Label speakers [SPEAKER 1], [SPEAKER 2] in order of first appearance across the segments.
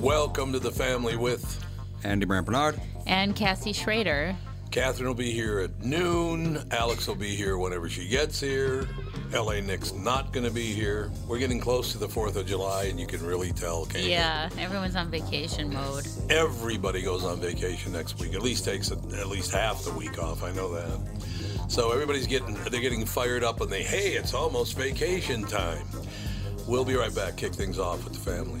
[SPEAKER 1] Welcome to the family with
[SPEAKER 2] Andy Brand Bernard.
[SPEAKER 3] and Cassie Schrader.
[SPEAKER 1] Catherine will be here at noon. Alex will be here whenever she gets here. LA Nick's not going to be here. We're getting close to the 4th of July, and you can really tell, can't you?
[SPEAKER 3] Yeah, everyone's on vacation mode.
[SPEAKER 1] Everybody goes on vacation next week. At least takes at at least half the week off. I know that. So everybody's getting they're getting fired up and they hey, it's almost vacation time. We'll be right back. Kick things off with the family.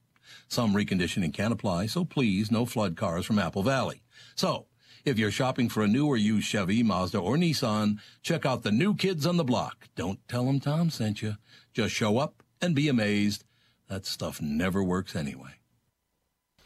[SPEAKER 1] Some reconditioning can apply, so please no flood cars from Apple Valley. So, if you're shopping for a new or used Chevy, Mazda, or Nissan, check out the new kids on the block. Don't tell them Tom sent you. Just show up and be amazed. That stuff never works anyway.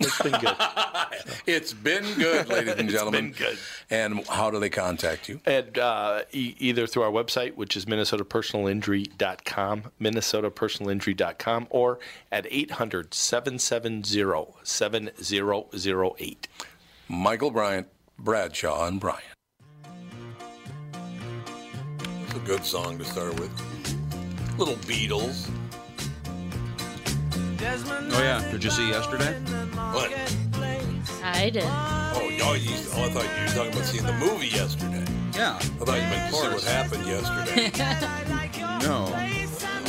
[SPEAKER 4] It's been good.
[SPEAKER 1] It's been good, ladies and gentlemen.
[SPEAKER 4] been good.
[SPEAKER 1] And how do they contact you?
[SPEAKER 4] And uh, e- either through our website, which is minnesotapersonalinjury.com, minnesotapersonalinjury.com, or at 800 770 7008.
[SPEAKER 1] Michael Bryant, Bradshaw, and Bryant. It's a good song to start with. Little Beatles.
[SPEAKER 2] Oh yeah, did you see yesterday?
[SPEAKER 1] What?
[SPEAKER 3] I did.
[SPEAKER 1] Oh, y'all used, oh, I thought you were talking about seeing the movie yesterday.
[SPEAKER 2] Yeah.
[SPEAKER 1] I thought you meant to see what happened yesterday.
[SPEAKER 2] No.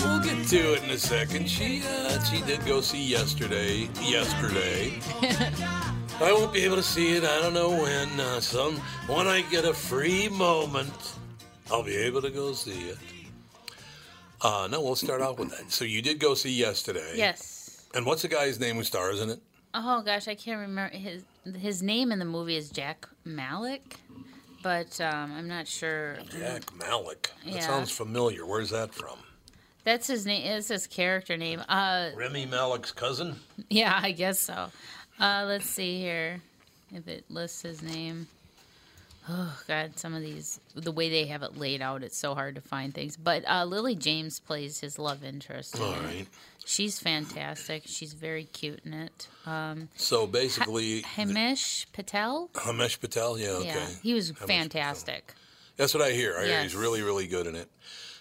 [SPEAKER 1] we'll get to it in a second. She, uh, she did go see yesterday. Yesterday. I won't be able to see it. I don't know when. Uh, some when I get a free moment, I'll be able to go see it. Uh, no, we'll start off with that. So you did go see yesterday.
[SPEAKER 3] Yes.
[SPEAKER 1] And what's the guy's name who stars in it?
[SPEAKER 3] Oh gosh, I can't remember his his name in the movie is Jack Malik, but um, I'm not sure.
[SPEAKER 1] Jack Malik. That
[SPEAKER 3] Yeah.
[SPEAKER 1] sounds familiar. Where's that from?
[SPEAKER 3] That's his name. It's his character name. Uh,
[SPEAKER 1] Remy Malik's cousin.
[SPEAKER 3] yeah, I guess so. Uh, let's see here if it lists his name. Oh God, some of these the way they have it laid out, it's so hard to find things. But uh, Lily James plays his love interest. in
[SPEAKER 1] All
[SPEAKER 3] it.
[SPEAKER 1] right.
[SPEAKER 3] She's fantastic. She's very cute in it. Um,
[SPEAKER 1] So basically,
[SPEAKER 3] Himesh Patel.
[SPEAKER 1] Hamesh Patel. Yeah. Okay.
[SPEAKER 3] Yeah, he was
[SPEAKER 1] Patel.
[SPEAKER 3] fantastic.
[SPEAKER 1] That's what I hear. I hear he's
[SPEAKER 3] Yes.
[SPEAKER 1] really, really good in it.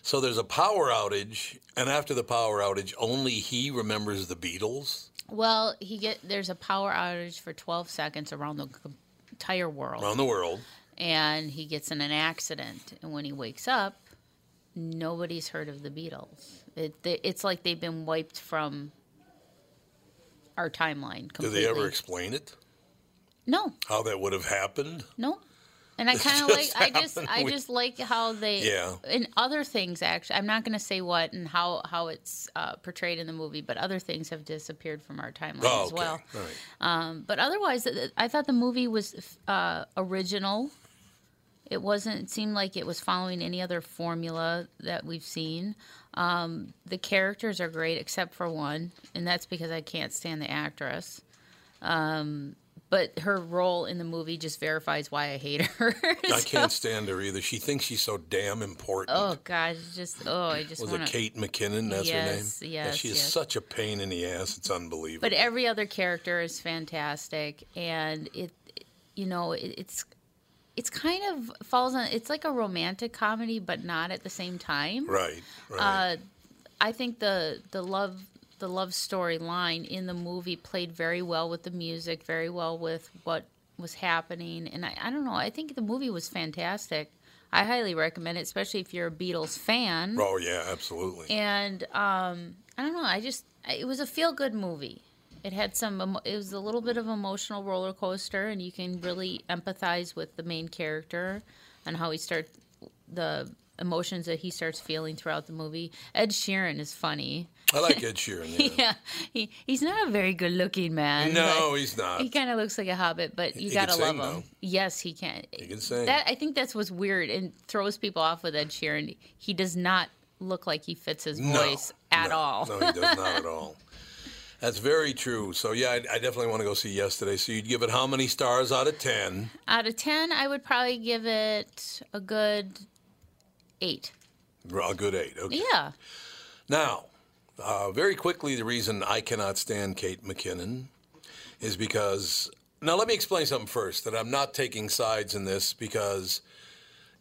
[SPEAKER 1] So there's a power outage, and after the power outage, only he remembers the Beatles
[SPEAKER 3] Well, he get there's a power outage for 12 seconds around the c- entire world,
[SPEAKER 1] around the world.
[SPEAKER 3] and he gets in an accident. And when he wakes up, nobody's heard of the Beatles. It, they, it's like they've been wiped from our timeline.
[SPEAKER 1] Do
[SPEAKER 3] Completely.
[SPEAKER 1] they ever explain it?
[SPEAKER 3] No,
[SPEAKER 1] How that would have happened?
[SPEAKER 3] No. And I
[SPEAKER 1] This
[SPEAKER 3] kind of like
[SPEAKER 1] just
[SPEAKER 3] I just
[SPEAKER 1] happened.
[SPEAKER 3] I
[SPEAKER 1] We-
[SPEAKER 3] just like how they
[SPEAKER 1] Yeah.
[SPEAKER 3] and other things actually I'm not going to say what and how how it's uh, portrayed in the movie but other things have disappeared from our timeline
[SPEAKER 1] Oh,
[SPEAKER 3] as
[SPEAKER 1] okay.
[SPEAKER 3] well.
[SPEAKER 1] All right.
[SPEAKER 3] Um, but otherwise th- th- I thought the movie was uh, original. It wasn't it seemed like it was following any other formula that we've seen. Um, the characters are great except for one and that's because I can't stand the actress Um, but her role in the movie just verifies why I hate her.
[SPEAKER 1] I can't stand her either. She thinks she's so damn important.
[SPEAKER 3] oh God, it's just oh, I just
[SPEAKER 1] Was
[SPEAKER 3] want
[SPEAKER 1] it
[SPEAKER 3] to.
[SPEAKER 1] Kate McKinnon? That's
[SPEAKER 3] Yes,
[SPEAKER 1] her name. yeah,
[SPEAKER 3] yes,
[SPEAKER 1] she is
[SPEAKER 3] yes.
[SPEAKER 1] such a pain in the ass. It's unbelievable.
[SPEAKER 3] But every other character is fantastic, and it, you know, it, it's, it's kind of falls on. It's like a romantic comedy, but not at the same time.
[SPEAKER 1] right, right.
[SPEAKER 3] Uh, I think the the love the love storyline in the movie played very well with the music, very well with what was happening, and I, I don't know. I think the movie was fantastic. I highly recommend it, especially if you're a Beatles fan.
[SPEAKER 1] oh yeah, absolutely.
[SPEAKER 3] And um, I don't know. I just I- it was a feel good movie. It had some. emo- It was a little bit of emotional roller coaster, and you can really empathize with the main character and how he starts the emotions that he starts feeling throughout the movie. Ed Sheeran is funny.
[SPEAKER 1] I like Ed Sheeran. Yeah.
[SPEAKER 3] Yeah, he, he's not a very good looking man.
[SPEAKER 1] No,
[SPEAKER 3] but
[SPEAKER 1] he's not.
[SPEAKER 3] He kind of looks like a hobbit, but you
[SPEAKER 1] He can
[SPEAKER 3] gotta love
[SPEAKER 1] sing,
[SPEAKER 3] him.
[SPEAKER 1] though.
[SPEAKER 3] Yes, he can. He
[SPEAKER 1] can sing.
[SPEAKER 3] That I think that's what's weird and throws people off with Ed Sheeran. He does not look like he fits his
[SPEAKER 1] No,
[SPEAKER 3] voice at
[SPEAKER 1] no,
[SPEAKER 3] all.
[SPEAKER 1] No, he does not at all. That's very true. So yeah, I, I definitely want to go see yesterday. So you'd give it how many stars out of ten?
[SPEAKER 3] Out of ten, I would probably give it a good eight.
[SPEAKER 1] A good eight. Okay.
[SPEAKER 3] Yeah.
[SPEAKER 1] Now, uh, very quickly, the reason I cannot stand Kate McKinnon is because. Now, let me explain something first that I'm not taking sides in this because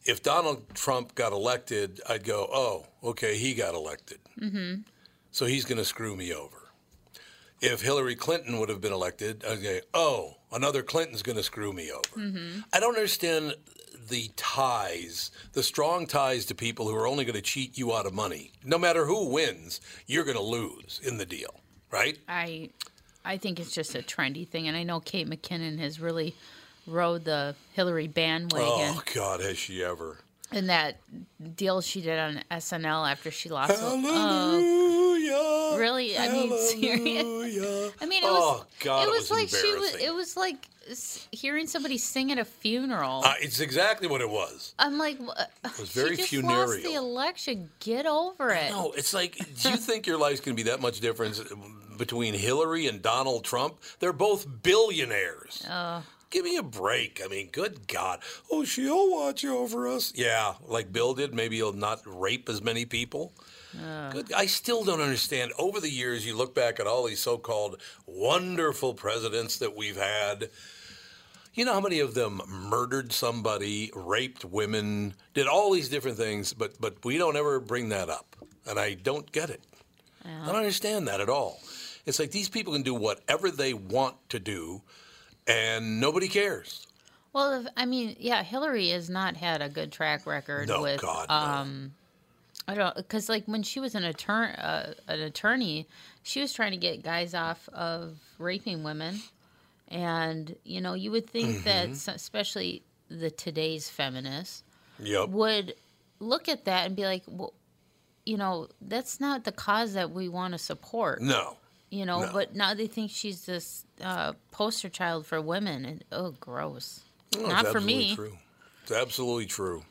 [SPEAKER 1] if Donald Trump got elected, I'd go, oh, okay, he got elected. Mm-hmm. So he's going to screw me over. If Hillary Clinton would have been elected, I'd go, oh, another Clinton's going to screw me over. I don't understand the ties, the strong ties to people who are only going to cheat you out of money. No matter who wins, you're going to lose in the deal, right?
[SPEAKER 3] I I think it's just a trendy thing, and I know Kate McKinnon has really rode the Hillary bandwagon.
[SPEAKER 1] Oh God, has she ever?
[SPEAKER 3] And that deal she did on SNL after she lost. Oh,
[SPEAKER 1] Hallelujah.
[SPEAKER 3] really? I mean, serious?
[SPEAKER 1] Hallelujah.
[SPEAKER 3] I mean, it was.
[SPEAKER 1] oh God,
[SPEAKER 3] it was, like she was.
[SPEAKER 1] embarrassing.
[SPEAKER 3] It was like s- hearing somebody sing at a funeral.
[SPEAKER 1] Uh, it's exactly what it was.
[SPEAKER 3] I'm like, wha-
[SPEAKER 1] was very
[SPEAKER 3] she just lost the
[SPEAKER 1] funereal.
[SPEAKER 3] election. Get over it.
[SPEAKER 1] No, it's like, do you think your life's going to be that much difference between Hillary and Donald Trump? They're both billionaires. Give me a break. I mean, good God. Oh, she'll watch over us. Yeah, like Bill did. Maybe he'll not rape as many people. Good. I still don't understand. Over the years, you look back at all these so called wonderful presidents that we've had. You know how many of them murdered somebody, raped women, did all these different things, but but we don't ever bring that up, and I don't get it. I don't understand that at all. It's like these people can do whatever they want to do, and nobody cares.
[SPEAKER 3] Well, if, I mean, yeah, Hillary has not had a good track record
[SPEAKER 1] No,
[SPEAKER 3] with.
[SPEAKER 1] God, no.
[SPEAKER 3] Um, I don't because like when she was an attorney, uh, an attorney, she was trying to get guys off of raping women, and you know you would think
[SPEAKER 1] Mm-hmm.
[SPEAKER 3] that s- especially the today's feminists
[SPEAKER 1] Yep.
[SPEAKER 3] would look at that and be like, well, you know, that's not the cause that we want to support
[SPEAKER 1] No.
[SPEAKER 3] you know
[SPEAKER 1] No.
[SPEAKER 3] but now they think she's this uh, poster child for women and oh gross
[SPEAKER 1] No, it's
[SPEAKER 3] not for
[SPEAKER 1] absolutely
[SPEAKER 3] me
[SPEAKER 1] True. It's absolutely true.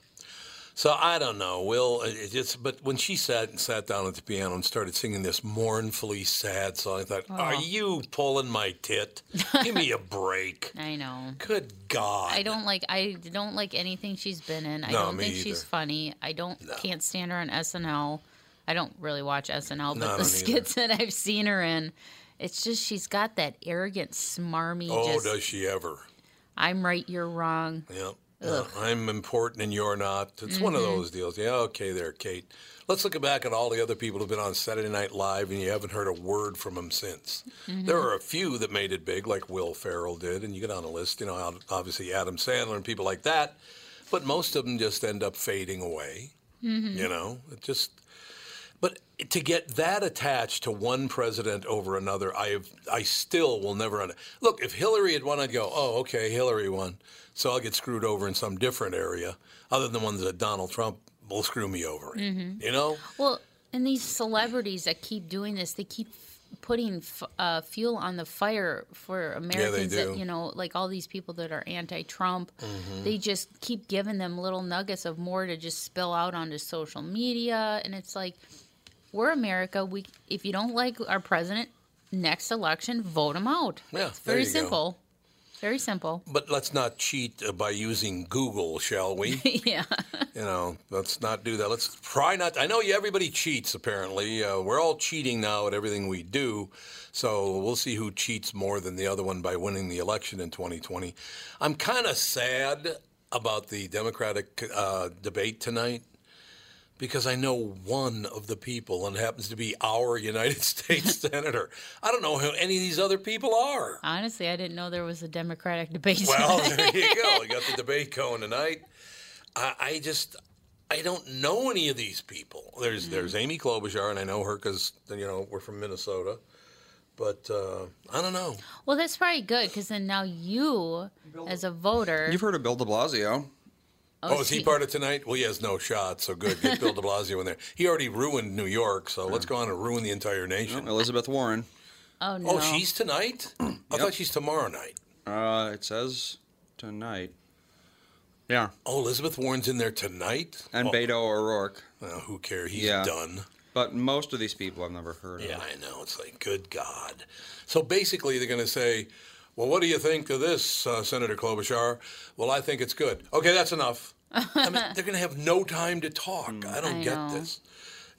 [SPEAKER 1] So I don't know. Will uh, it- it's but when she sat and sat down at the piano and started singing this mournfully sad song, I thought, "Are
[SPEAKER 3] Oh.
[SPEAKER 1] you pulling my tit? Give me a break."
[SPEAKER 3] I know.
[SPEAKER 1] Good God!
[SPEAKER 3] I don't like I don't like anything she's been in. I
[SPEAKER 1] No,
[SPEAKER 3] don't
[SPEAKER 1] me
[SPEAKER 3] think she's
[SPEAKER 1] either.
[SPEAKER 3] funny. I don't can't stand her on SNL. I don't really watch SNL,
[SPEAKER 1] No,
[SPEAKER 3] but
[SPEAKER 1] I
[SPEAKER 3] the
[SPEAKER 1] don't either.
[SPEAKER 3] skits that I've seen her in, it's just she's got that arrogant, smarmy.
[SPEAKER 1] Oh,
[SPEAKER 3] just,
[SPEAKER 1] does she ever?
[SPEAKER 3] I'm right, you're wrong.
[SPEAKER 1] Yeah. Yeah, I'm important and you're not. It's one of those deals. Yeah, okay, there, Kate. Let's look back at all the other people who've been on Saturday Night Live and you haven't heard a word from them since. There are a few that made it big, like Will Farrell did, and you get on a list, you know, ob- obviously Adam Sandler and people like that. But most of them just end up fading away. You know, it just. But to get that attached to one president over another, I have, I still will never under, look. If Hillary had won, I'd go, oh, okay, Hillary won, so I'll get screwed over in some different area other than ones that Donald Trump will screw me over in.
[SPEAKER 3] Mm-hmm.
[SPEAKER 1] You know,
[SPEAKER 3] Well, and these celebrities that keep doing this, they keep f- putting f- uh, fuel on the fire for Americans
[SPEAKER 1] do. Mm-hmm.
[SPEAKER 3] that, you know, like all these people that are anti Trump. They just keep giving them little nuggets of more to just spill out onto social media. And it's like, we're America. We If you don't like our president, next election, vote him out.
[SPEAKER 1] Yeah,
[SPEAKER 3] it's
[SPEAKER 1] there
[SPEAKER 3] very
[SPEAKER 1] you go.
[SPEAKER 3] simple. Very simple.
[SPEAKER 1] but let's not cheat uh, by using Google, shall we?
[SPEAKER 3] yeah.
[SPEAKER 1] you know, let's not do that. Let's try not. I know you, everybody cheats. Apparently, uh, we're all cheating now at everything we do. So we'll see who cheats more than the other one by winning the election in 2020. I'm kind of sad about the Democratic uh, debate tonight because I know one of the people, and it happens to be our United States senator. I don't know who any of these other people are.
[SPEAKER 3] Honestly, I didn't know there was a Democratic debate.
[SPEAKER 1] Well, there you go. You got the debate going tonight. I, I just I don't know any of these people. There's there's Amy Klobuchar, and I know her because you know we're from Minnesota. But uh, I don't know.
[SPEAKER 3] Well, that's probably good because then now you, as a voter,
[SPEAKER 5] You've heard of Bill de Blasio.
[SPEAKER 1] Oh, is he part of tonight? Well, he has no shot, so good. Get Bill de Blasio in there. He already ruined New York, so let's go on and ruin the entire nation.
[SPEAKER 5] Elizabeth Warren.
[SPEAKER 3] oh no,
[SPEAKER 1] Oh, she's tonight? I thought she's tomorrow night.
[SPEAKER 5] Uh, it says tonight. Yeah.
[SPEAKER 1] Oh, Elizabeth Warren's in there tonight?
[SPEAKER 5] And
[SPEAKER 1] oh,
[SPEAKER 5] Beto O'Rourke.
[SPEAKER 1] well, who cares? He's
[SPEAKER 5] Yeah.
[SPEAKER 1] done.
[SPEAKER 5] But most of these people I've never heard of.
[SPEAKER 1] Yeah, I know. It's like, good God. So basically, they're going to say, well, what do you think of this, uh, Senator Klobuchar? Well, I think it's good. Okay, that's enough. I mean, they're going to have no time to talk. I don't
[SPEAKER 3] I
[SPEAKER 1] get
[SPEAKER 3] know.
[SPEAKER 1] this.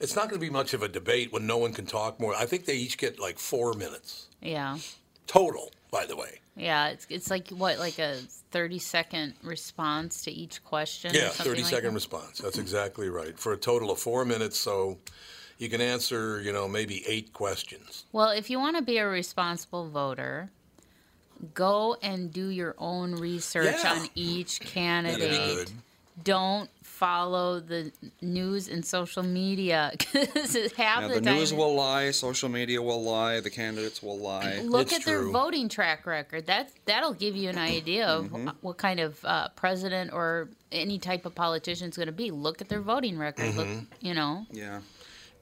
[SPEAKER 1] It's not going to be much of a debate when no one can talk more. I think they each get like four minutes
[SPEAKER 3] yeah,
[SPEAKER 1] total, by the way.
[SPEAKER 3] yeah. It's it's like what, like a thirty second response to each question.
[SPEAKER 1] Yeah,
[SPEAKER 3] or something
[SPEAKER 1] thirty second
[SPEAKER 3] like that?
[SPEAKER 1] response. That's exactly right. For a total of four minutes. So you can answer, you know, maybe eight questions.
[SPEAKER 3] Well, if you want to be a responsible voter, go and do your own research
[SPEAKER 1] Yeah.
[SPEAKER 3] on each
[SPEAKER 1] That'd be
[SPEAKER 3] candidate.
[SPEAKER 1] good.
[SPEAKER 3] Don't follow the news and social media because half
[SPEAKER 5] Now,
[SPEAKER 3] the,
[SPEAKER 5] the
[SPEAKER 3] time
[SPEAKER 5] news will lie, social media will lie, the candidates will lie.
[SPEAKER 3] look
[SPEAKER 1] It's
[SPEAKER 3] at
[SPEAKER 1] true.
[SPEAKER 3] their voting track record. That that'll give you an idea of
[SPEAKER 1] Mm-hmm.
[SPEAKER 3] wh- what kind of uh, president or any type of politician is going to be. Look at their voting record.
[SPEAKER 1] Mm-hmm.
[SPEAKER 3] Look, you know,
[SPEAKER 5] Yeah.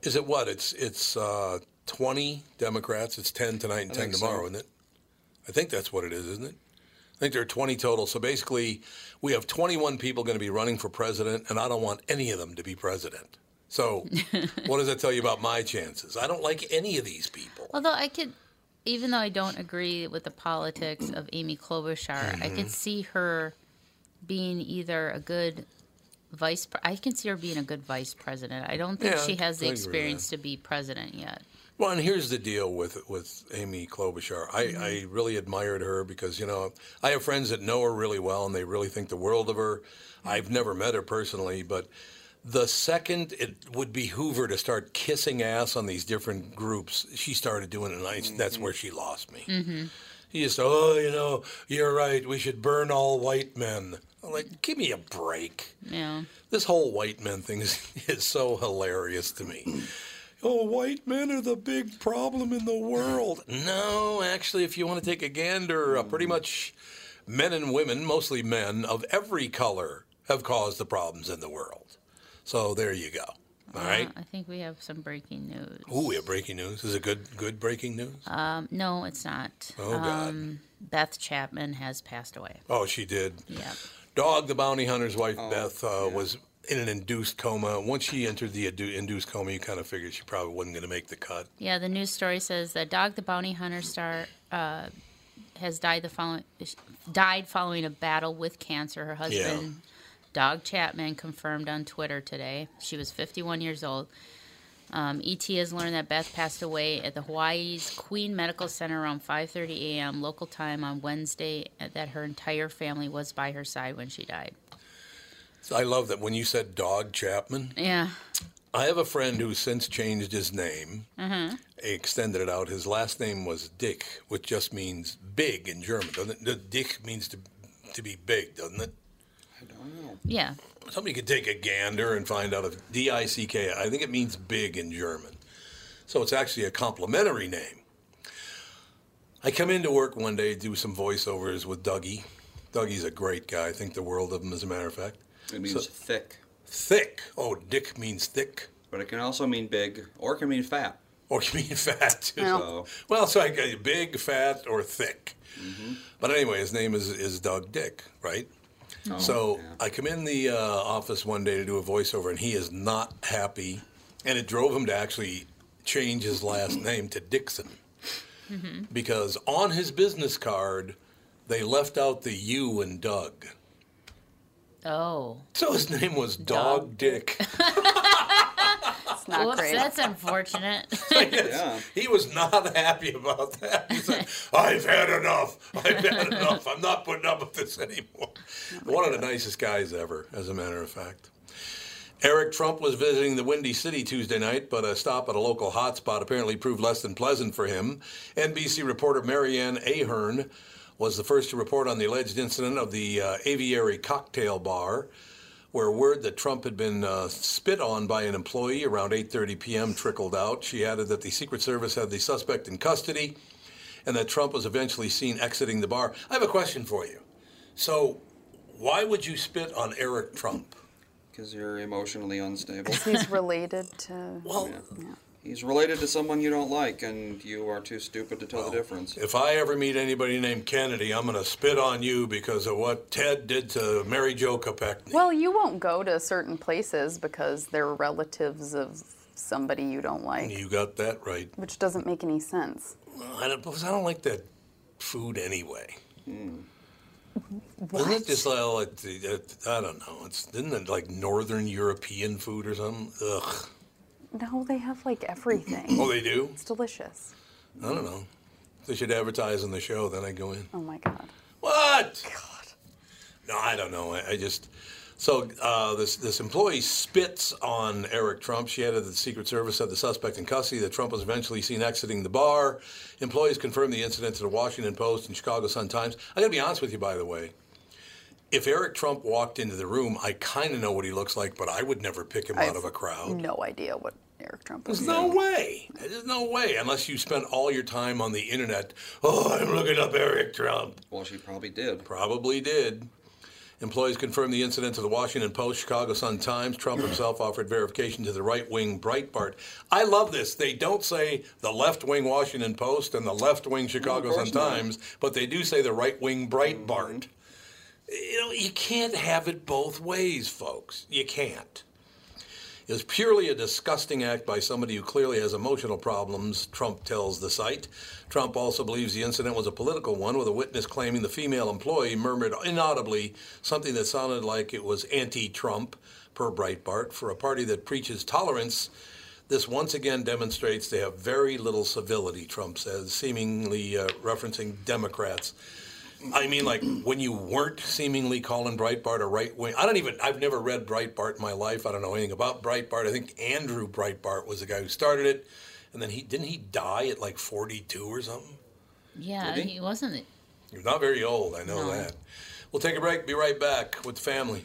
[SPEAKER 1] Is it what? It's it's uh, twenty Democrats. It's ten tonight and ten
[SPEAKER 5] think
[SPEAKER 1] tomorrow,
[SPEAKER 5] so.
[SPEAKER 1] isn't it? I think that's what it is, isn't it? I think there are twenty total. So basically, we have twenty-one people going to be running for president, and I don't want any of them to be president. So, what does that tell you about my chances? I don't like any of these people.
[SPEAKER 3] although I could, even though I don't agree with the politics of Amy Klobuchar, I
[SPEAKER 1] Mm-hmm.
[SPEAKER 3] could see her being either a good vice. Pre- I can see her being a good vice president. I don't think
[SPEAKER 1] Yeah,
[SPEAKER 3] she has the
[SPEAKER 1] I agree with that.
[SPEAKER 3] experience to be president yet.
[SPEAKER 1] Well, and here's the deal with with Amy Klobuchar. I, I really admired her because you know I have friends that know her really well and they really think the world of her. I've never met her personally, but the second it would behoove her to start kissing ass on these different groups, she started doing it, and I, that's where she lost me. He just, oh, you know, you're right. We should burn all white men. I'm like, give me a break.
[SPEAKER 3] Yeah.
[SPEAKER 1] This whole white men thing is, is so hilarious to me. Oh, white men are the big problem in the world. No, actually, if you want to take a gander, uh, pretty much men and women, mostly men of every color, have caused the problems in the world. So there you go. All right.
[SPEAKER 3] Uh, I think we have some breaking news.
[SPEAKER 1] Ooh, we have breaking news. Is it good? Good breaking news.
[SPEAKER 3] No, it's not.
[SPEAKER 1] oh God.
[SPEAKER 3] Beth Chapman has passed away.
[SPEAKER 1] oh, she did.
[SPEAKER 3] Yeah.
[SPEAKER 1] Dog, the bounty hunter's wife, Beth, uh, was in an induced coma. Once she entered the adu- induced coma, you kind of figured she probably wasn't going to make the cut.
[SPEAKER 3] Yeah, the news story says that Dog the Bounty Hunter star uh, has died the following died following a battle with cancer. Her husband, Dog Chapman, confirmed on Twitter today. She was 51 years old. Um, ET has learned that Beth passed away at the Hawaii's Queen Medical Center around 5:30 a.m. local time on Wednesday. and That her entire family was by her side when she died.
[SPEAKER 1] I love that when you said Dog Chapman.
[SPEAKER 3] Yeah,
[SPEAKER 1] I have a friend who since changed his name, extended it out. His last name was Dick, which just means big in German, doesn't it? Dick means to to be big, doesn't it?
[SPEAKER 3] yeah.
[SPEAKER 1] Somebody could take a gander and find out if D I C K. I think it means big in German. So it's actually a complimentary name. I come into work one day, do some voiceovers with Dougie. Dougie's a great guy. I think the world of him, as a matter of fact.
[SPEAKER 6] It means thick,
[SPEAKER 1] Thick. Oh, Dick means thick.
[SPEAKER 6] but it can also mean big, or it can mean fat.
[SPEAKER 1] Or you mean fat too?
[SPEAKER 6] Well.
[SPEAKER 1] well, so I got big, fat, or thick. But anyway, his name is, is Doug Dick, right? so I come in the uh, office one day to do a voiceover, and he is not happy, and it drove him to actually change his last name to Dixon, because on his business card they left out the U and Doug,
[SPEAKER 3] Oh,
[SPEAKER 1] so his name was Dog Dick.
[SPEAKER 7] It's not
[SPEAKER 3] Whoops,
[SPEAKER 7] great.
[SPEAKER 3] that's unfortunate.
[SPEAKER 6] Yeah.
[SPEAKER 1] He was not happy about that. He's like, I've had enough. I've had enough. I'm not putting up with this anymore. One of the nicest guys ever, as a matter of fact. Eric Trump was visiting the Windy City Tuesday night, but a stop at a local hotspot apparently proved less than pleasant for him. NBC reporter Marianne Ahern was the first to report on the alleged incident of the uh, aviary cocktail bar where word that Trump had been uh, spit on by an employee around 8:30 p.m. trickled out. She added that the Secret Service had the suspect in custody, and that Trump was eventually seen exiting the bar. I have a question for you. So, why would you spit on Eric Trump?
[SPEAKER 6] Because you're emotionally unstable.
[SPEAKER 7] He's related to.
[SPEAKER 1] Well,
[SPEAKER 6] He's related to someone you don't like, and you are too stupid to tell the difference.
[SPEAKER 1] if I ever meet anybody named Kennedy, I'm going to spit on you because of what Ted did to Mary Jo Kopechne.
[SPEAKER 7] Well, you won't go to certain places because they're relatives of somebody you don't like,
[SPEAKER 1] You got that right.
[SPEAKER 7] which doesn't make any sense.
[SPEAKER 1] I don't, because I don't like that food anyway. Isn't it just like, like the- uh, I don't know? It's isn't it like Northern European food or something? Ugh.
[SPEAKER 7] No, they have like everything.
[SPEAKER 1] Oh, they do.
[SPEAKER 7] It's delicious.
[SPEAKER 1] I don't know. They should advertise on the show. Then I go in.
[SPEAKER 7] Oh my god.
[SPEAKER 1] What? God. No, I don't know. I, I just so uh, this this employee spits on Eric Trump. She added that the Secret Service had the suspect in custody. That Trump was eventually seen exiting the bar. Employees confirmed the incident to the Washington Post and Chicago Sun Times. I got to be honest with you, by the way. If Eric Trump walked into the room, I kind of know what he looks like, but I would never pick him out of a crowd.
[SPEAKER 7] No idea what Eric Trump is.
[SPEAKER 1] There's no way. There's no way unless you spent all your time on the internet. Oh, I'm looking up Eric Trump.
[SPEAKER 6] Well, she probably did.
[SPEAKER 1] Probably did. Employees confirmed the incident to the Washington Post, Chicago Sun Times. Trump himself offered verification to the right wing Breitbart. I love this. They don't say the left wing Washington Post and the left wing Chicago Sun
[SPEAKER 6] course not.
[SPEAKER 1] Times, but they do say the right wing Breitbart. You know, you can't have it both ways, folks. You can't. It was purely a disgusting act by somebody who clearly has emotional problems, Trump tells the site. Trump also believes the incident was a political one, with a witness claiming the female employee murmured inaudibly something that sounded like it was anti Trump, per Breitbart. For a party that preaches tolerance, this once again demonstrates they have very little civility, Trump says, seemingly uh, referencing Democrats. I mean, like when you weren't seemingly calling Breitbart a right wing. I don't even. I've never read Breitbart in my life. I don't know anything about Breitbart. I think Andrew Breitbart was the guy who started it, and then he didn't he die at like 42 or something.
[SPEAKER 3] yeah,
[SPEAKER 6] Did he?
[SPEAKER 3] he wasn't.
[SPEAKER 1] You're not very old. I know that. We'll take a break. Be right back with the family.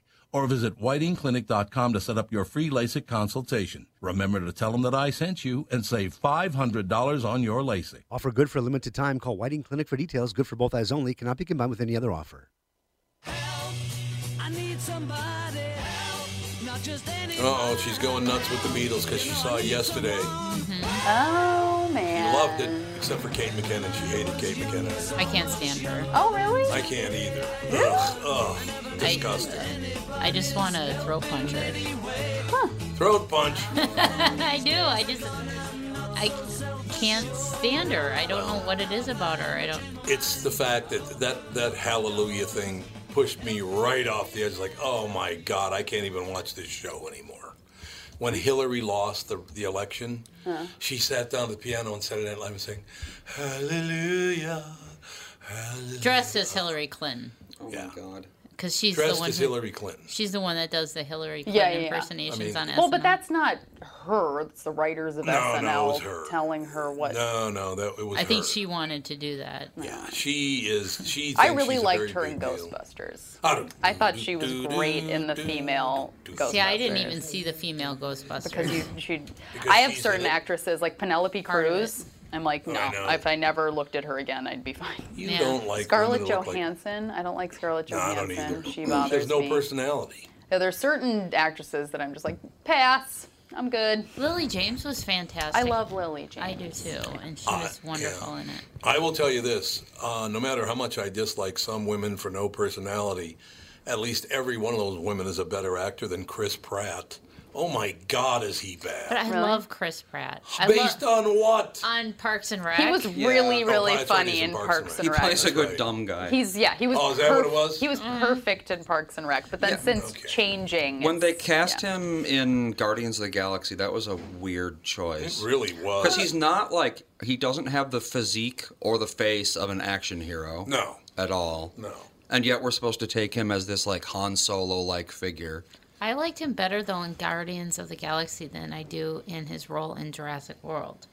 [SPEAKER 1] or visit whitingclinic.com to set up your free LASIK consultation. Remember to tell them that I sent you and save $500 on your LASIK.
[SPEAKER 8] Offer good for a limited time. Call Whiting Clinic for details. Good for both eyes only. Cannot be combined with any other offer.
[SPEAKER 9] I need somebody help, not just any.
[SPEAKER 10] Uh oh, she's going nuts with the Beatles because she saw it yesterday.
[SPEAKER 7] Oh man.
[SPEAKER 10] Loved it, except for Kate McKinnon. She hated Kate McKinnon.
[SPEAKER 3] I can't stand her.
[SPEAKER 7] Oh really?
[SPEAKER 10] I can't either. Ugh, ugh, disgusting.
[SPEAKER 3] I, I just want to throw punch her.
[SPEAKER 10] Throat punch.
[SPEAKER 3] I do. I just I can't stand her. I don't know what it is about her. I don't.
[SPEAKER 10] It's the fact that that that Hallelujah thing pushed me right off the edge. Like, oh my God, I can't even watch this show anymore. When Hillary lost the, the election, she sat down at the piano on Saturday Night Live and sang, Hallelujah.
[SPEAKER 3] Dressed as Hillary Clinton
[SPEAKER 5] Oh
[SPEAKER 10] Yeah.
[SPEAKER 5] my god.
[SPEAKER 3] because she's the
[SPEAKER 10] Dressed
[SPEAKER 3] one.
[SPEAKER 10] as
[SPEAKER 3] Who,
[SPEAKER 10] Hillary Clinton.
[SPEAKER 3] she's the one that does the Hillary
[SPEAKER 7] Yeah,
[SPEAKER 3] Clinton
[SPEAKER 7] yeah, yeah.
[SPEAKER 3] impersonations
[SPEAKER 10] I mean-
[SPEAKER 3] on
[SPEAKER 7] Well, but
[SPEAKER 3] SNL.
[SPEAKER 7] that's not her. It's the writers of
[SPEAKER 10] No,
[SPEAKER 7] SNL
[SPEAKER 10] no, it was her.
[SPEAKER 7] telling her what.
[SPEAKER 10] No, no, that it was.
[SPEAKER 3] I think
[SPEAKER 10] her.
[SPEAKER 3] she wanted to do that.
[SPEAKER 10] Yeah, she is. She.
[SPEAKER 7] I
[SPEAKER 10] thinks
[SPEAKER 7] really
[SPEAKER 10] she's a
[SPEAKER 7] liked
[SPEAKER 10] very
[SPEAKER 7] her
[SPEAKER 10] big
[SPEAKER 7] in
[SPEAKER 10] deal.
[SPEAKER 7] Ghostbusters.
[SPEAKER 10] I don't-
[SPEAKER 7] I thought she was
[SPEAKER 10] do, do,
[SPEAKER 7] great in the
[SPEAKER 10] do,
[SPEAKER 7] female
[SPEAKER 10] do, do.
[SPEAKER 7] Ghostbusters.
[SPEAKER 3] See, I didn't even see the female Ghostbusters.
[SPEAKER 7] because you she.
[SPEAKER 10] Because
[SPEAKER 7] I have
[SPEAKER 10] she's
[SPEAKER 7] certain
[SPEAKER 10] in it.
[SPEAKER 7] actresses like Penelope
[SPEAKER 3] Part of
[SPEAKER 7] Cruz.
[SPEAKER 3] it.
[SPEAKER 7] I'm like, no.
[SPEAKER 10] I know.
[SPEAKER 7] if I never looked at her again, I'd be fine.
[SPEAKER 10] You
[SPEAKER 3] Yeah.
[SPEAKER 10] don't like
[SPEAKER 7] Scarlett
[SPEAKER 10] women that look like-
[SPEAKER 7] Johansson. I don't like Scarlett
[SPEAKER 10] No, I
[SPEAKER 7] Johansson.
[SPEAKER 10] don't either.
[SPEAKER 7] She bothers
[SPEAKER 10] There's no
[SPEAKER 7] me.
[SPEAKER 10] personality.
[SPEAKER 7] Yeah, there's certain actresses that I'm just like, pass. I'm good.
[SPEAKER 3] Lily James was fantastic.
[SPEAKER 7] I love Lily James.
[SPEAKER 3] I do too, and she
[SPEAKER 10] Uh,
[SPEAKER 3] was wonderful
[SPEAKER 10] yeah.
[SPEAKER 3] in it.
[SPEAKER 10] I will tell you this: uh, no matter how much I dislike some women for no personality, at least every one of those women is a better actor than Chris Pratt. Oh my God, is he
[SPEAKER 3] But
[SPEAKER 10] bad?
[SPEAKER 3] I love Chris Pratt. I
[SPEAKER 10] Based
[SPEAKER 3] love
[SPEAKER 10] on what?
[SPEAKER 3] on Parks and Rec.
[SPEAKER 7] He was really,
[SPEAKER 5] Yeah.
[SPEAKER 7] really
[SPEAKER 10] Oh, that's right,
[SPEAKER 7] funny
[SPEAKER 10] he's in
[SPEAKER 7] in
[SPEAKER 10] Parks and
[SPEAKER 7] Parks
[SPEAKER 10] Rec.
[SPEAKER 7] and
[SPEAKER 5] He
[SPEAKER 7] Rec.
[SPEAKER 5] plays a
[SPEAKER 10] That's
[SPEAKER 5] good
[SPEAKER 10] right.
[SPEAKER 5] dumb guy.
[SPEAKER 7] He's yeah, he was.
[SPEAKER 10] Oh, is that what it
[SPEAKER 7] perf-
[SPEAKER 10] was?
[SPEAKER 7] He was perfect in Parks and Rec, but then
[SPEAKER 5] Yeah.
[SPEAKER 7] since
[SPEAKER 10] Okay.
[SPEAKER 7] changing,
[SPEAKER 5] when they
[SPEAKER 7] it's-
[SPEAKER 5] cast
[SPEAKER 7] yeah.
[SPEAKER 5] him in Guardians of the Galaxy, that was a weird
[SPEAKER 10] it
[SPEAKER 5] choice.
[SPEAKER 10] really was.
[SPEAKER 5] Because he's not like he doesn't have the physique or the face of an action hero.
[SPEAKER 10] No.
[SPEAKER 5] At all.
[SPEAKER 10] No.
[SPEAKER 5] And yet we're supposed to take him as this like Han Solo like figure.
[SPEAKER 3] I liked him better though in Guardians of the Galaxy than I do in his role in Jurassic World.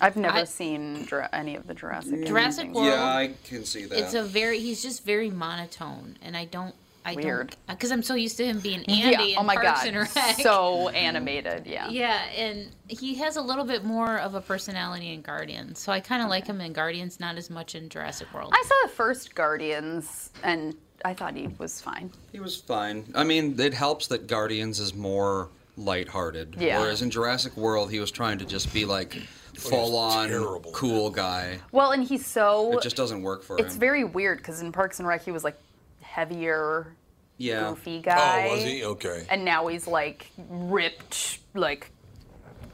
[SPEAKER 7] I've never
[SPEAKER 3] I-
[SPEAKER 7] seen Jura- any of the Jurassic.
[SPEAKER 3] Jurassic
[SPEAKER 7] anything.
[SPEAKER 3] World.
[SPEAKER 5] Yeah, I can see that.
[SPEAKER 3] It's a very he's just very monotone, and I don't. I
[SPEAKER 7] Weird.
[SPEAKER 3] Because I'm so used to him being Andy
[SPEAKER 7] yeah. Oh
[SPEAKER 3] in
[SPEAKER 7] my
[SPEAKER 3] Parks
[SPEAKER 7] god.
[SPEAKER 3] and Rec.
[SPEAKER 7] So animated. Yeah.
[SPEAKER 3] Yeah, and he has a little bit more of a personality in Guardians, so I kind of like him in Guardians, not as much in Jurassic World.
[SPEAKER 7] I saw the first Guardians, and I thought he was fine.
[SPEAKER 5] He was fine. I mean, it helps that Guardians is more lighthearted.
[SPEAKER 7] Yeah.
[SPEAKER 5] Whereas in Jurassic World, he was trying to just be like full on
[SPEAKER 10] terrible.
[SPEAKER 5] cool guy.
[SPEAKER 7] Well, and he's so.
[SPEAKER 5] It just doesn't work for
[SPEAKER 7] it's
[SPEAKER 5] him.
[SPEAKER 7] very weird because in Parks and Rec he was like heavier,
[SPEAKER 5] yeah.
[SPEAKER 7] goofy
[SPEAKER 10] Oh,
[SPEAKER 7] guy.
[SPEAKER 10] was he? Okay.
[SPEAKER 7] and now he's like ripped, like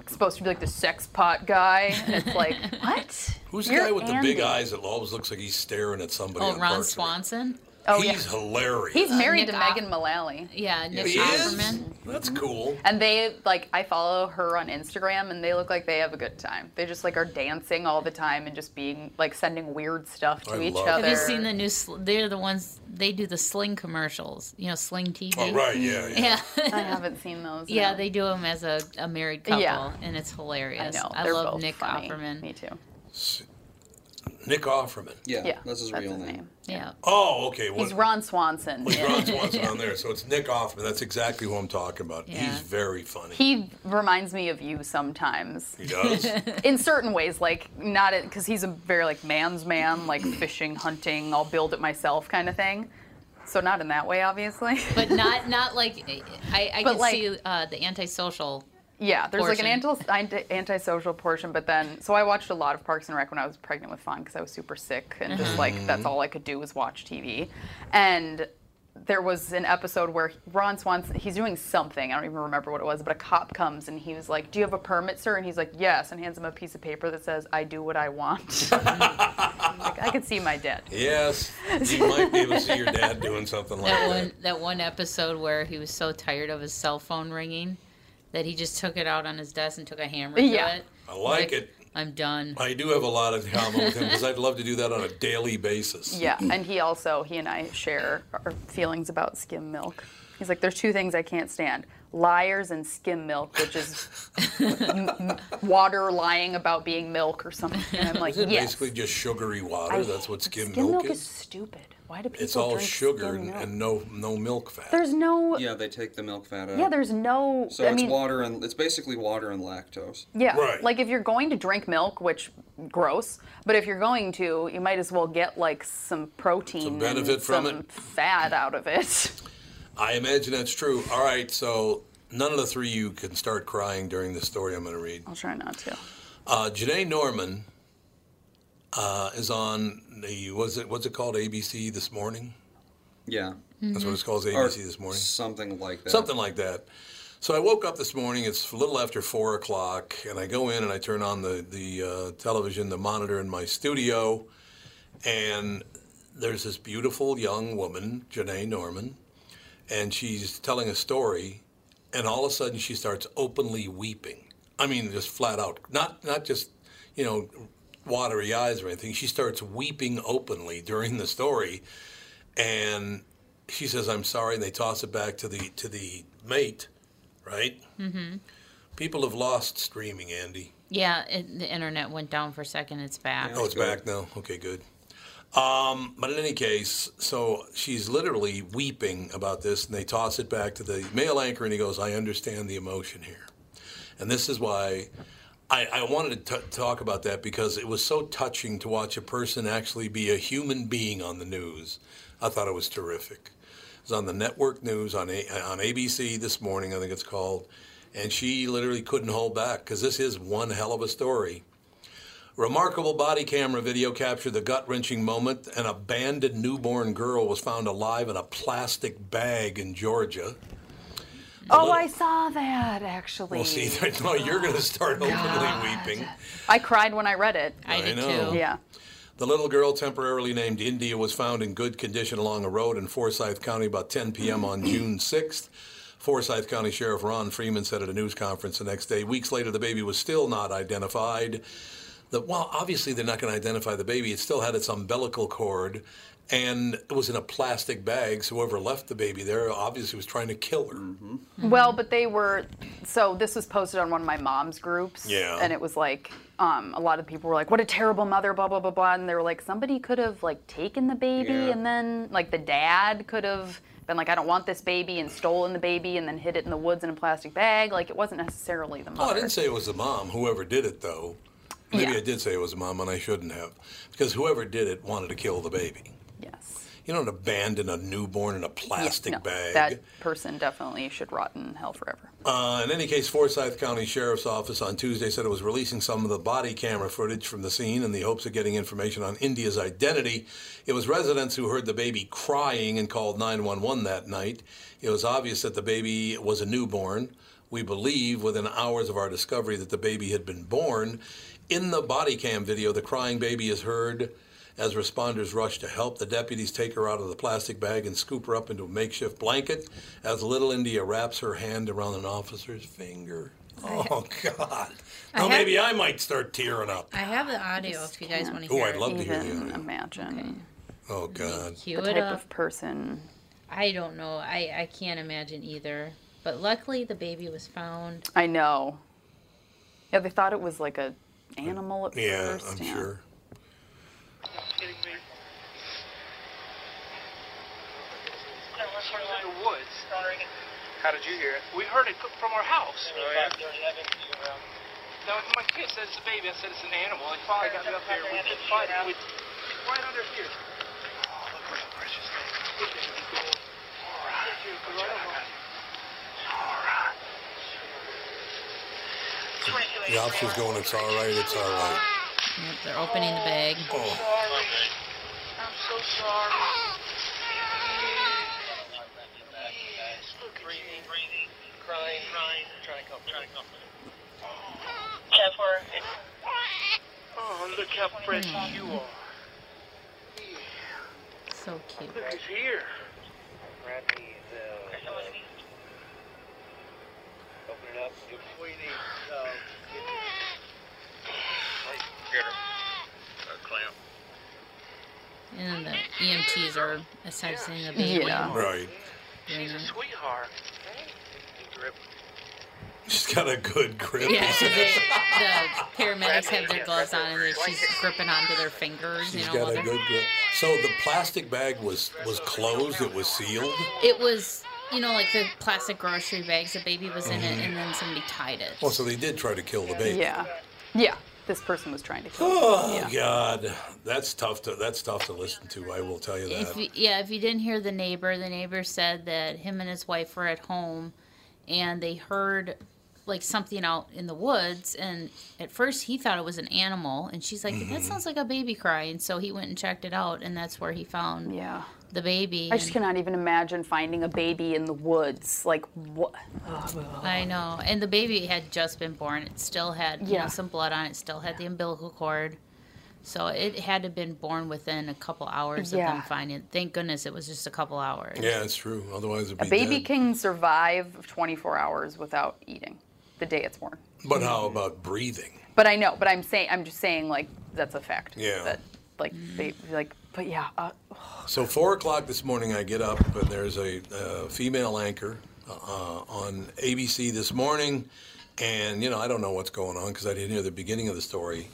[SPEAKER 7] supposed to be like the sex pot guy. And it's like, what?
[SPEAKER 10] Who's the
[SPEAKER 7] You're
[SPEAKER 10] guy with the big
[SPEAKER 7] Andy.
[SPEAKER 10] eyes that always looks like he's staring at somebody?
[SPEAKER 3] oh,
[SPEAKER 10] on
[SPEAKER 3] Ron
[SPEAKER 10] Parks and Rec?
[SPEAKER 3] Swanson.
[SPEAKER 7] Oh
[SPEAKER 10] He's
[SPEAKER 7] yeah,
[SPEAKER 10] hilarious.
[SPEAKER 7] he's married
[SPEAKER 3] Nick
[SPEAKER 7] to
[SPEAKER 3] Off-
[SPEAKER 7] Megan Mullally,
[SPEAKER 3] Yeah, Nick
[SPEAKER 10] he is.
[SPEAKER 3] Offerman.
[SPEAKER 10] That's cool.
[SPEAKER 7] and they like I follow her on Instagram, and they look like they have a good time. They just like are dancing all the time and just being like sending weird stuff to
[SPEAKER 10] I
[SPEAKER 7] each
[SPEAKER 10] love
[SPEAKER 7] other.
[SPEAKER 10] that.
[SPEAKER 3] Have you seen the new? Sl- they're the ones they do the Sling commercials. You know, Sling TV.
[SPEAKER 10] Oh, right. Yeah. Yeah.
[SPEAKER 3] Yeah.
[SPEAKER 7] I haven't seen those.
[SPEAKER 3] Yeah,
[SPEAKER 7] no.
[SPEAKER 3] they do them as a, a married couple,
[SPEAKER 7] Yeah.
[SPEAKER 3] and it's
[SPEAKER 7] I
[SPEAKER 3] hilarious.
[SPEAKER 7] know.
[SPEAKER 3] I
[SPEAKER 7] they're
[SPEAKER 3] love
[SPEAKER 7] both
[SPEAKER 3] Nick
[SPEAKER 7] funny.
[SPEAKER 3] Offerman.
[SPEAKER 7] Me too.
[SPEAKER 1] Nick Offerman.
[SPEAKER 6] Yeah,
[SPEAKER 7] Yeah,
[SPEAKER 6] that's his
[SPEAKER 7] that's
[SPEAKER 6] real
[SPEAKER 7] his
[SPEAKER 6] name.
[SPEAKER 7] Yeah.
[SPEAKER 1] Oh, okay. Well,
[SPEAKER 7] He's Ron Swanson.
[SPEAKER 1] well,
[SPEAKER 7] Yeah.
[SPEAKER 1] Ron Swanson on there, so it's Nick Offerman. That's exactly who I'm talking about.
[SPEAKER 7] Yeah.
[SPEAKER 1] He's very funny.
[SPEAKER 7] He reminds me of you sometimes.
[SPEAKER 1] He does?
[SPEAKER 7] In certain ways, like not because he's a very like man's man, like fishing, hunting, I'll build it myself kind of thing. So not in that way, obviously.
[SPEAKER 3] But not not like I, I
[SPEAKER 7] But,
[SPEAKER 3] can
[SPEAKER 7] like-
[SPEAKER 3] see uh, the antisocial.
[SPEAKER 7] Yeah, there's like
[SPEAKER 3] portion.
[SPEAKER 7] an anti- anti-social portion, but then so I watched a lot of Parks and Rec when I was pregnant with Fawn because I was super sick and just like
[SPEAKER 3] Mhm.
[SPEAKER 7] that's all I could do was watch TV, and there was an episode where Ron Swanson he's doing something I don't even remember what it was, but a cop comes and he was like, "Do you have a permit, sir?" And he's like, "Yes," and hands him a piece of paper that says, "I do what I want." I'm like, I could see my dad.
[SPEAKER 1] Yes, you might be able to see your dad doing something like
[SPEAKER 3] That
[SPEAKER 1] that.
[SPEAKER 3] one that one episode where he was so tired of his cell phone ringing that he just took it out on his desk and took a hammer
[SPEAKER 7] Yeah.
[SPEAKER 3] to it.
[SPEAKER 1] I like it.
[SPEAKER 3] I'm done.
[SPEAKER 1] I do have a lot of common with him because I'd love to do that on a daily basis.
[SPEAKER 7] Yeah, and he also he and I share our feelings about skim milk. He's like, there's two things I can't stand: liars and skim milk, which is m- m- water lying about being milk or something. And I'm like,
[SPEAKER 1] Isn't it
[SPEAKER 7] yes.
[SPEAKER 1] basically just sugary water?
[SPEAKER 7] I-
[SPEAKER 1] That's what skim,
[SPEAKER 7] skim milk is
[SPEAKER 1] is.
[SPEAKER 7] stupid. Why do people?
[SPEAKER 1] It's all
[SPEAKER 7] drink
[SPEAKER 1] sugar
[SPEAKER 7] skim
[SPEAKER 1] and,
[SPEAKER 7] milk?
[SPEAKER 1] and no no milk fat.
[SPEAKER 7] There's no.
[SPEAKER 6] Yeah, they take the milk fat out.
[SPEAKER 7] Yeah, there's no.
[SPEAKER 6] So
[SPEAKER 7] I
[SPEAKER 6] it's
[SPEAKER 7] mean,
[SPEAKER 6] water and it's basically water and lactose.
[SPEAKER 7] Yeah, like if you're going to drink milk, which gross, but if you're going to, you might as well get like some protein,
[SPEAKER 1] Some benefit
[SPEAKER 7] and
[SPEAKER 1] from
[SPEAKER 7] some
[SPEAKER 1] it.
[SPEAKER 7] fat out of it.
[SPEAKER 1] I imagine that's true. All right, so none of the three of you can start crying during the story I'm going to read.
[SPEAKER 7] I'll try not to.
[SPEAKER 1] Uh, Janae Norman uh, is on the was it what's it called ABC this morning?
[SPEAKER 6] Yeah.
[SPEAKER 7] Mm.
[SPEAKER 1] That's what it's called, is
[SPEAKER 6] Or
[SPEAKER 1] ABC this morning.
[SPEAKER 6] Something like that.
[SPEAKER 1] Something like that. So I woke up this morning. It's a little after four o'clock, and I go in and I turn on the the uh, television, the monitor in my studio, and there's this beautiful young woman, Janae Norman, and she's telling a story, and all of a sudden she starts openly weeping. I mean, just flat out, not not just you know watery eyes or anything. She starts weeping openly during the story, and she says, "I'm sorry," and they toss it back to the to the mate, right?
[SPEAKER 3] Mm-hmm.
[SPEAKER 1] People have lost streaming, Andy.
[SPEAKER 3] Yeah, it, the internet went down for a second. It's back.
[SPEAKER 1] oh, it's back now. Okay, good. Um, but in any case, so she's literally weeping about this, and they toss it back to the male anchor, and he goes, "I understand the emotion here," and this is why. I, I wanted to t- talk about that because it was so touching to watch a person actually be a human being on the news. I thought it was terrific. It was on the network news on a- on ABC this morning, I think it's called, and she literally couldn't hold back because this is one hell of a story. Remarkable body camera video captured the gut wrenching moment. An abandoned newborn girl was found alive in a plastic bag in Georgia.
[SPEAKER 7] Oh, I saw that actually.
[SPEAKER 1] Well, see, no, you're going to start openly weeping.
[SPEAKER 7] I cried when I read it.
[SPEAKER 1] I did know. too.
[SPEAKER 7] Yeah.
[SPEAKER 1] The little girl, temporarily named India, was found in good condition along a road in Forsyth County about 10 p.m. on June 6th. Forsyth County Sheriff Ron Freeman said at a news conference the next day. Weeks later, the baby was still not identified. The, well, obviously, they're not going to identify the baby. It still had its umbilical cord, and it was in a plastic bag. So whoever left the baby there obviously was trying to kill her.
[SPEAKER 7] Well, but they were. So this was posted on one of my mom's groups.
[SPEAKER 1] Yeah.
[SPEAKER 7] And it was like, um, a lot of people were like, "What a terrible mother," blah blah blah blah, and they were like, somebody could have like taken the baby,
[SPEAKER 1] Yeah.
[SPEAKER 7] and then like the dad could have been like, "I don't want this baby," and stolen the baby, and then hid it in the woods in a plastic bag. Like it wasn't necessarily the
[SPEAKER 1] Oh, I
[SPEAKER 7] mother.
[SPEAKER 1] didn't say it was the mom. Whoever did it, though, maybe I did say it was the mom, and I shouldn't have, because whoever did it wanted to kill the baby.
[SPEAKER 7] Yes.
[SPEAKER 1] You don't abandon a newborn in a plastic
[SPEAKER 7] no,
[SPEAKER 1] bag.
[SPEAKER 7] That person definitely should rot in hell forever.
[SPEAKER 1] Uh, in any case, Forsyth County Sheriff's Office on Tuesday said it was releasing some of the body camera footage from the scene in the hopes of getting information on India's identity. It was residents who heard the baby crying and called 911 that night. It was obvious that the baby was a newborn. We believe within hours of our discovery that the baby had been born. In the body cam video, the crying baby is heard as responders rush to help, the deputies take her out of the plastic bag and scoop her up into a makeshift blanket as little India wraps her hand around an officer's finger. Oh, God.
[SPEAKER 3] I
[SPEAKER 1] Now,
[SPEAKER 3] have-
[SPEAKER 1] maybe I might start tearing up.
[SPEAKER 3] I have the audio if you guys want to
[SPEAKER 1] Oh,
[SPEAKER 3] hear
[SPEAKER 1] I'd
[SPEAKER 3] it.
[SPEAKER 1] love to hear the
[SPEAKER 7] Even imagine
[SPEAKER 1] Oh, God.
[SPEAKER 3] Cue
[SPEAKER 7] the
[SPEAKER 3] it
[SPEAKER 7] type
[SPEAKER 3] up.
[SPEAKER 7] of person.
[SPEAKER 3] I don't know. I, I can't imagine either. But luckily, the baby was found.
[SPEAKER 7] I know. Yeah, they thought it was like a animal at
[SPEAKER 1] Yeah,
[SPEAKER 7] first.
[SPEAKER 1] I'm sure.
[SPEAKER 2] kidding me? Unless we're in the woods. How did you hear it? We heard it co- from our house. Oh, yeah? Now, my kid says it's a baby. I said it's an animal. And finally got me up here. We could find it. It's right under here.
[SPEAKER 1] The officer's going, it's all right, it's all right. Oh,
[SPEAKER 3] Yep, they're opening the bag.
[SPEAKER 2] I'm so sorry. Look at you. Breathing, crying, crying. Trying to comfort him. Pepper. Oh, look how precious you are.
[SPEAKER 3] So cute.
[SPEAKER 2] Look, he's here. uh, Open it up. Before you leave, uh, get clamp.
[SPEAKER 3] And then the EMTs are assessing the baby.
[SPEAKER 2] Yeah.
[SPEAKER 1] Right.
[SPEAKER 3] Doing it.
[SPEAKER 2] Sweetheart.
[SPEAKER 1] She's got a good grip.
[SPEAKER 3] Yeah, so they, the paramedics have their gloves on and they're- she's gripping onto their fingers, you
[SPEAKER 1] She's
[SPEAKER 3] know.
[SPEAKER 1] got
[SPEAKER 3] while
[SPEAKER 1] a
[SPEAKER 3] they're-
[SPEAKER 1] good grip. So the plastic bag was was closed. It was sealed.
[SPEAKER 3] It was, you know, like the plastic grocery bags. The baby was in it, and then somebody tied it.
[SPEAKER 1] Oh, so they did try to kill the baby.
[SPEAKER 7] Yeah. Yeah. This person was trying to kill.
[SPEAKER 1] Oh
[SPEAKER 7] yeah.
[SPEAKER 1] God, that's tough to that's tough to listen to. I will tell you
[SPEAKER 3] If
[SPEAKER 1] that.
[SPEAKER 3] you, yeah, if you didn't hear the neighbor, the neighbor said that him and his wife were at home, and they heard like something out in the woods. And at first, he thought it was an animal, and she's like, "That
[SPEAKER 7] Mhm.
[SPEAKER 3] sounds like a baby crying." So he went and checked it out, and that's where he found
[SPEAKER 7] yeah
[SPEAKER 3] the baby.
[SPEAKER 7] I just
[SPEAKER 3] and-
[SPEAKER 7] cannot even imagine finding a baby in the woods. Like what?
[SPEAKER 3] I know. And the baby had just been born. It still had you
[SPEAKER 7] Yeah.
[SPEAKER 3] know, some blood on it. Still had the umbilical cord. So it had to have been born within a couple hours of
[SPEAKER 7] Yeah.
[SPEAKER 3] them finding it. Thank goodness it was just a couple hours.
[SPEAKER 1] Yeah, it's true. Otherwise, it'd
[SPEAKER 7] A
[SPEAKER 1] be
[SPEAKER 7] baby
[SPEAKER 1] dead.
[SPEAKER 7] can survive 24 hours without eating the day it's born.
[SPEAKER 1] But how about breathing?
[SPEAKER 7] But I know. But I'm saying I'm just saying like that's a fact.
[SPEAKER 1] Yeah.
[SPEAKER 7] That like they like. But yeah. Uh,
[SPEAKER 1] So four o'clock this morning, I get up and there's a uh, female anchor uh, on ABC this morning, and you know I don't know what's going on because I didn't hear the beginning of the story.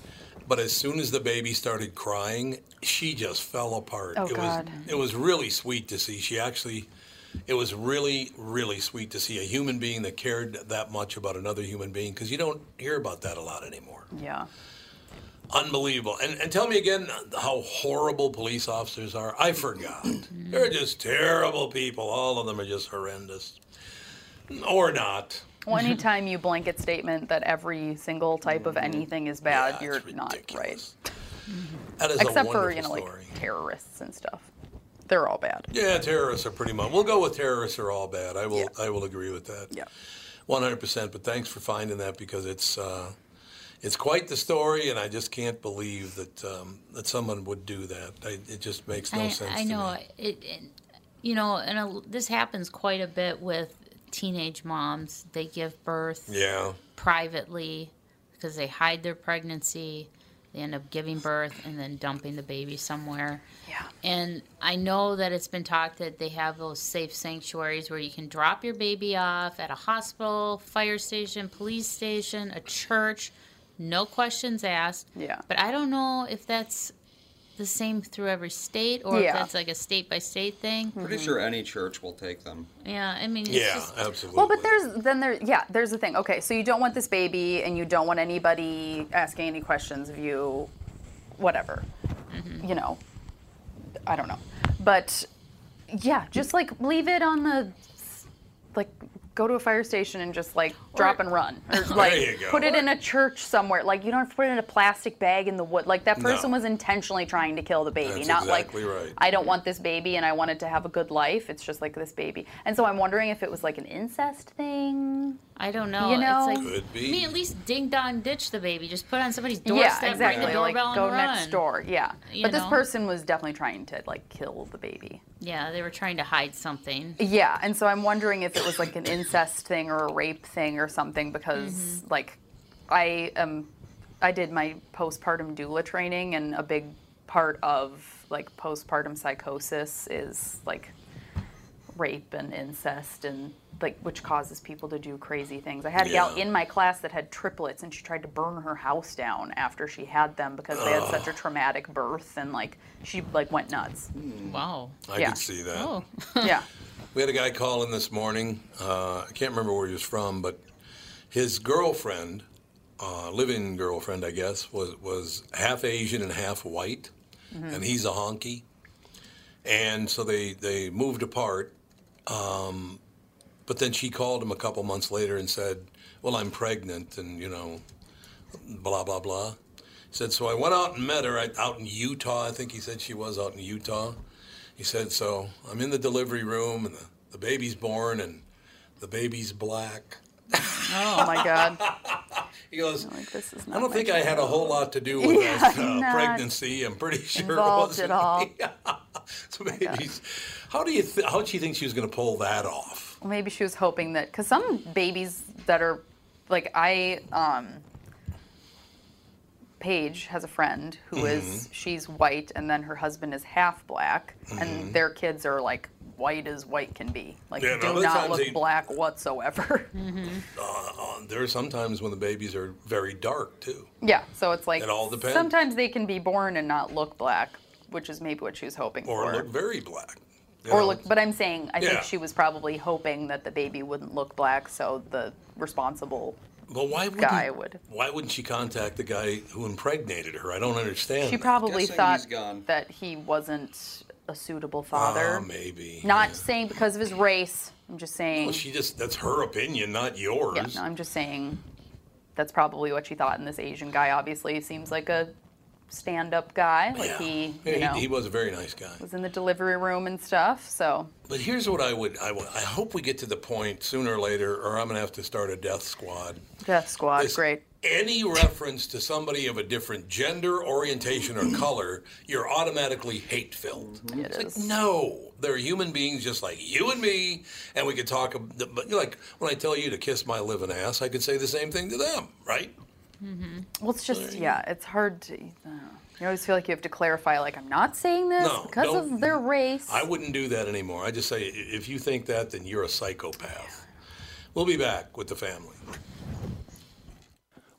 [SPEAKER 1] But as soon as the baby started crying, she just fell apart.
[SPEAKER 7] Oh,
[SPEAKER 1] it
[SPEAKER 7] God.
[SPEAKER 1] was it was really sweet to see. She actually, it was really really sweet to see a human being that cared that much about another human being because you don't hear about that a lot anymore.
[SPEAKER 7] yeah.
[SPEAKER 1] Unbelievable. And, and tell me again uh, how horrible police officers are. I forgot.
[SPEAKER 7] Mm-hmm.
[SPEAKER 1] They're just terrible people. All of them are just horrendous. Or not.
[SPEAKER 7] Well, anytime you blanket statement that every single type of anything is bad, you're not right. Mm-hmm.
[SPEAKER 1] That is a
[SPEAKER 7] Except for
[SPEAKER 1] wonderful
[SPEAKER 7] you know
[SPEAKER 1] story.
[SPEAKER 7] like terrorists and stuff. They're all bad.
[SPEAKER 1] Yeah, terrorists are pretty much. We'll go with terrorists are all bad. I will. I will agree with that. Yeah, one hundred percent. But thanks for finding that because it's uh, it's quite the story, and I just can't believe that um, that someone would do that. I, it just makes no
[SPEAKER 3] I,
[SPEAKER 1] sense.
[SPEAKER 3] I
[SPEAKER 1] to
[SPEAKER 3] know. It, it, you know, and a, this happens quite a bit with teenage moms. They give birth
[SPEAKER 1] me. Yeah.
[SPEAKER 3] privately because they hide their pregnancy. They end up giving birth and then dumping the baby somewhere.
[SPEAKER 7] Yeah.
[SPEAKER 3] And I know that it's been talked that they have those safe sanctuaries where you can drop your baby off at a hospital, fire station, police station, a church, no questions asked.
[SPEAKER 7] Yeah.
[SPEAKER 3] But I don't know if that's the same through every state
[SPEAKER 7] Yeah.
[SPEAKER 3] or
[SPEAKER 7] Hmm.
[SPEAKER 3] if that's like a state by state thing.
[SPEAKER 6] Pretty
[SPEAKER 7] Mm-hmm.
[SPEAKER 6] sure any church will take them.
[SPEAKER 3] Yeah, I mean, it's just
[SPEAKER 1] absolutely.
[SPEAKER 7] Well, but there's then there yeah there's the thing. Okay, so you don't want this baby and you don't want anybody asking any questions of you, whatever.
[SPEAKER 1] Mm-hmm.
[SPEAKER 7] You know, I don't know, but yeah, just like leave it on the like go to a fire station and just like drop and run or like
[SPEAKER 2] you go.
[SPEAKER 7] put it in a church somewhere like you don't have to put it in a plastic bag in the wood like that
[SPEAKER 2] No.
[SPEAKER 7] person was intentionally trying to kill the baby
[SPEAKER 2] That's
[SPEAKER 7] not
[SPEAKER 2] exactly
[SPEAKER 7] like
[SPEAKER 2] right.
[SPEAKER 7] i don't want this baby and i want it to have a good life it's just like this baby and so i'm wondering if it was like an incest thing
[SPEAKER 3] I don't know.
[SPEAKER 7] you know
[SPEAKER 3] it's like, I mean, at least ding dong ditch the baby. Just put it on somebody's doorstep,
[SPEAKER 7] yeah exactly
[SPEAKER 3] ring the
[SPEAKER 7] like
[SPEAKER 3] doorbell,
[SPEAKER 7] go
[SPEAKER 3] and run.
[SPEAKER 7] next door yeah
[SPEAKER 3] You
[SPEAKER 7] but this
[SPEAKER 3] know?
[SPEAKER 7] person was definitely trying to like kill the baby
[SPEAKER 3] Yeah, they were trying to hide something.
[SPEAKER 7] Yeah, and so I'm wondering if it was like an incest thing or a rape thing or something because
[SPEAKER 3] Mm-hmm.
[SPEAKER 7] like I um I did my postpartum doula training and a big part of like postpartum psychosis is like rape and incest and like which causes people to do crazy things. I had a gal
[SPEAKER 3] Yeah.
[SPEAKER 7] in my class that had triplets and she tried to burn her house down after she had them because they had
[SPEAKER 3] Ugh.
[SPEAKER 7] such a traumatic birth and like she like went nuts.
[SPEAKER 3] Wow.
[SPEAKER 1] I
[SPEAKER 7] yeah. Oh.
[SPEAKER 1] could see that.
[SPEAKER 7] yeah.
[SPEAKER 1] We had a guy call in this morning. Uh, I can't remember where he was from, but his girlfriend, uh, living girlfriend, I guess, was, was half Asian and half white,
[SPEAKER 7] Mm-hmm.
[SPEAKER 1] and he's a honky. And so they, they moved apart. Um, but then she called him a couple months later and said, Well, I'm pregnant, and you know, blah, blah, blah. He said, So I went out and met her I- out in Utah. I think he said she was out in Utah. He said, So I'm in the delivery room and the, the baby's born and the baby's black.
[SPEAKER 7] Oh my god.
[SPEAKER 1] He goes,
[SPEAKER 7] this is
[SPEAKER 1] I don't think I had a whole lot to do with
[SPEAKER 7] Yeah,
[SPEAKER 1] that uh,
[SPEAKER 7] not
[SPEAKER 1] pregnancy. I'm pretty sure it
[SPEAKER 7] involved
[SPEAKER 1] wasn't.
[SPEAKER 7] at all.
[SPEAKER 1] So babies. How do you th- how do you think she was going to pull that off?
[SPEAKER 7] Well, maybe she was hoping that because some babies that are like I um Paige has a friend
[SPEAKER 1] Mm-hmm.
[SPEAKER 7] who is
[SPEAKER 3] Mhm.
[SPEAKER 7] she's white and then her husband is half black and their kids are like white as white can be like
[SPEAKER 1] Mm-hmm. Yeah, and
[SPEAKER 7] do
[SPEAKER 1] other
[SPEAKER 7] not
[SPEAKER 1] times
[SPEAKER 7] look
[SPEAKER 1] they-
[SPEAKER 7] black whatsoever
[SPEAKER 1] Uh, uh, there are some times when the babies are very dark too.
[SPEAKER 7] yeah so it's like
[SPEAKER 1] It all depends.
[SPEAKER 7] sometimes they can be born and not look black which is maybe what she was hoping
[SPEAKER 1] or
[SPEAKER 7] for
[SPEAKER 1] look very black. you
[SPEAKER 7] or
[SPEAKER 1] know?
[SPEAKER 7] look but i'm saying i
[SPEAKER 1] Yeah.
[SPEAKER 7] think she was probably hoping that the baby wouldn't look black so the responsible
[SPEAKER 1] Well, why wouldn't,
[SPEAKER 7] guy would
[SPEAKER 1] Why wouldn't she contact the guy who impregnated her? I don't understand.
[SPEAKER 7] She
[SPEAKER 1] that.
[SPEAKER 7] probably thought that he wasn't a suitable father.
[SPEAKER 1] Ah, maybe.
[SPEAKER 7] Not saying because of his race. I'm just saying.
[SPEAKER 1] Well, she just, that's her opinion, not yours.
[SPEAKER 7] yeah, no, I'm just saying that's probably what she thought. And this Asian guy obviously seems like a stand-up guy. Like
[SPEAKER 1] Yeah.
[SPEAKER 7] he,
[SPEAKER 1] Yeah,
[SPEAKER 7] you know,
[SPEAKER 1] he, he was a very nice guy.
[SPEAKER 7] was in the delivery room and stuff. So
[SPEAKER 1] But here's what I would, I, would- I hope we get to the point sooner or later, or I'm going to have to start a death squad.
[SPEAKER 7] death squad, Oh, great.
[SPEAKER 1] Any reference to somebody of a different gender, orientation, or color, you're automatically hate filled.
[SPEAKER 7] Mm-hmm.
[SPEAKER 1] It's like, no, they're human beings just like you and me, and we could talk. ab- But like when I tell you to kiss my living ass, I could say the same thing to them, right?
[SPEAKER 7] Well, it's just yeah, it's hard to. You always feel like you have to clarify. Like I'm not saying this
[SPEAKER 1] No,
[SPEAKER 7] because
[SPEAKER 1] don't-
[SPEAKER 7] of their race.
[SPEAKER 1] I wouldn't do that anymore. I just say, i- if you think that, then you're a psychopath. We'll be back with the family.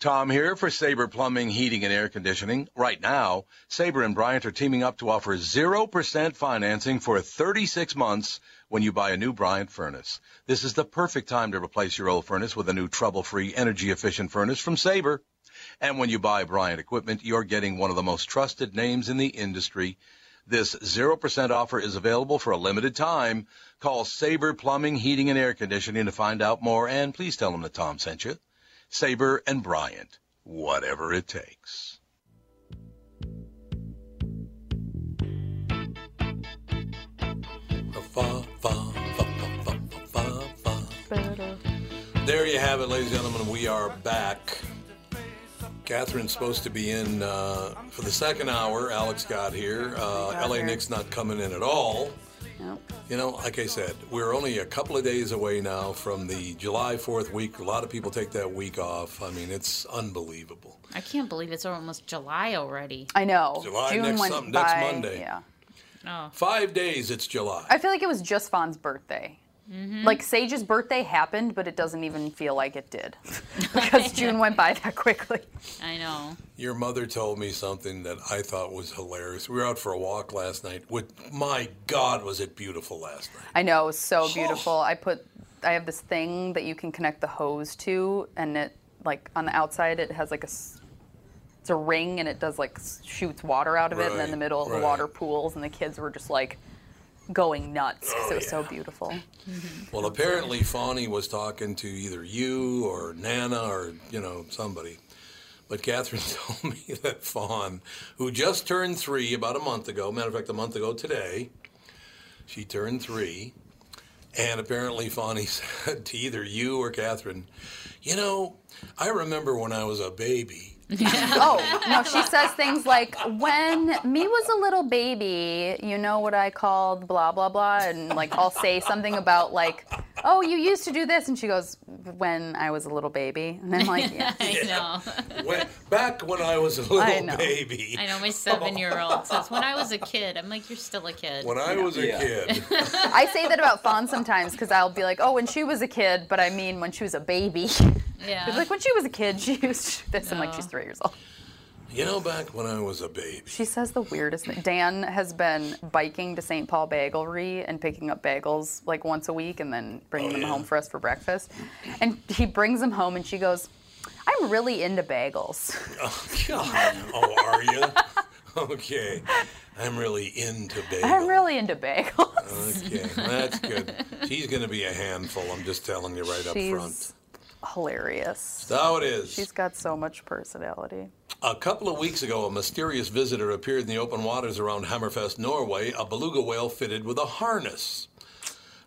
[SPEAKER 1] Tom here for Sabre Plumbing, Heating, and Air Conditioning. Right now, Sabre and Bryant are teaming up to offer 0% financing for 36 months when you buy a new Bryant furnace. This is the perfect time to replace your old furnace with a new trouble free, energy efficient furnace from Sabre. And when you buy Bryant equipment, you're getting one of the most trusted names in the industry. This 0% offer is available for a limited time. Call Sabre Plumbing, Heating, and Air Conditioning to find out more, and please tell them that Tom sent you. Sabre and Bryant, whatever it takes.
[SPEAKER 7] uh,
[SPEAKER 1] There you have it, ladies and gentlemen. We are back. Catherine's supposed to be in uh, for the second hour. Alex got here. Uh, LA Nick's not coming in at all. You know, like I said, we're only a couple of days away now from the July 4th week. A lot of people take that week off. I mean, it's unbelievable.
[SPEAKER 3] I can't believe it's almost July already.
[SPEAKER 7] I know.
[SPEAKER 1] July
[SPEAKER 7] June
[SPEAKER 1] next,
[SPEAKER 7] went
[SPEAKER 1] some- next
[SPEAKER 7] by,
[SPEAKER 1] Monday.
[SPEAKER 7] Yeah.
[SPEAKER 1] Five days, it's July.
[SPEAKER 7] I feel like it was just Fawn's birthday. Like Sage's birthday happened, but it doesn't even feel like it did because June went by that quickly.
[SPEAKER 3] I know.
[SPEAKER 1] Your mother told me something that I thought was hilarious. We were out for a walk last night. With my God, was it beautiful last night?
[SPEAKER 7] I know, it was so beautiful. I put, I have this thing that you can connect the hose to, and it like on the outside it has like a, s- it's a ring, and it does like s- shoots water out of it, and then in the
[SPEAKER 3] Right,
[SPEAKER 7] middle the
[SPEAKER 3] right.
[SPEAKER 7] water pools, and the kids were just like going nuts because it was so
[SPEAKER 3] Oh,
[SPEAKER 7] beautiful.
[SPEAKER 1] Well, apparently Fawny was talking to either you or Nana or you know somebody, but Catherine told me that Fawn, who just turned three about a month ago, matter of fact, a month ago today, she turned three, and apparently Fawny said to either you or Catherine, you know, I remember when I was a baby.
[SPEAKER 7] oh no, she says things like, "When me was a little baby, you know what I called blah blah blah," and like I'll say something about like, "Oh, you used to do this," and she goes, "When I was a little baby," and I'm like, "Yeah."
[SPEAKER 3] I
[SPEAKER 1] When, back when I was a little
[SPEAKER 7] I know.
[SPEAKER 1] baby.
[SPEAKER 3] know. I know my seven year old says, when I was a kid, I'm like, you're still a kid.
[SPEAKER 1] When I was a kid.
[SPEAKER 7] I say that about Fawn sometimes because I'll be like, "Oh, when she was a kid," but I mean when she was a baby.
[SPEAKER 3] Yeah.
[SPEAKER 7] It's like when she was a kid, she used to do this. I'm like, she's three years old.
[SPEAKER 1] You know, back when I was a baby.
[SPEAKER 7] She says the weirdest thing. Dan has been biking to St. Paul Bagelry and picking up bagels like once a week and then bringing them home for us for breakfast. And he brings them home and she goes, I'm really into bagels.
[SPEAKER 1] Oh, God. oh, are you? Okay. I'm really into bagels.
[SPEAKER 7] I'm really into bagels.
[SPEAKER 1] Okay, that's good. She's going to be a handful. I'm just telling you right
[SPEAKER 7] She's
[SPEAKER 1] up front.
[SPEAKER 7] hilarious.
[SPEAKER 1] So it is.
[SPEAKER 7] She's got so much personality.
[SPEAKER 1] A couple of weeks ago, a mysterious visitor appeared in the open waters around Hammerfest, Norway, a beluga whale fitted with a harness.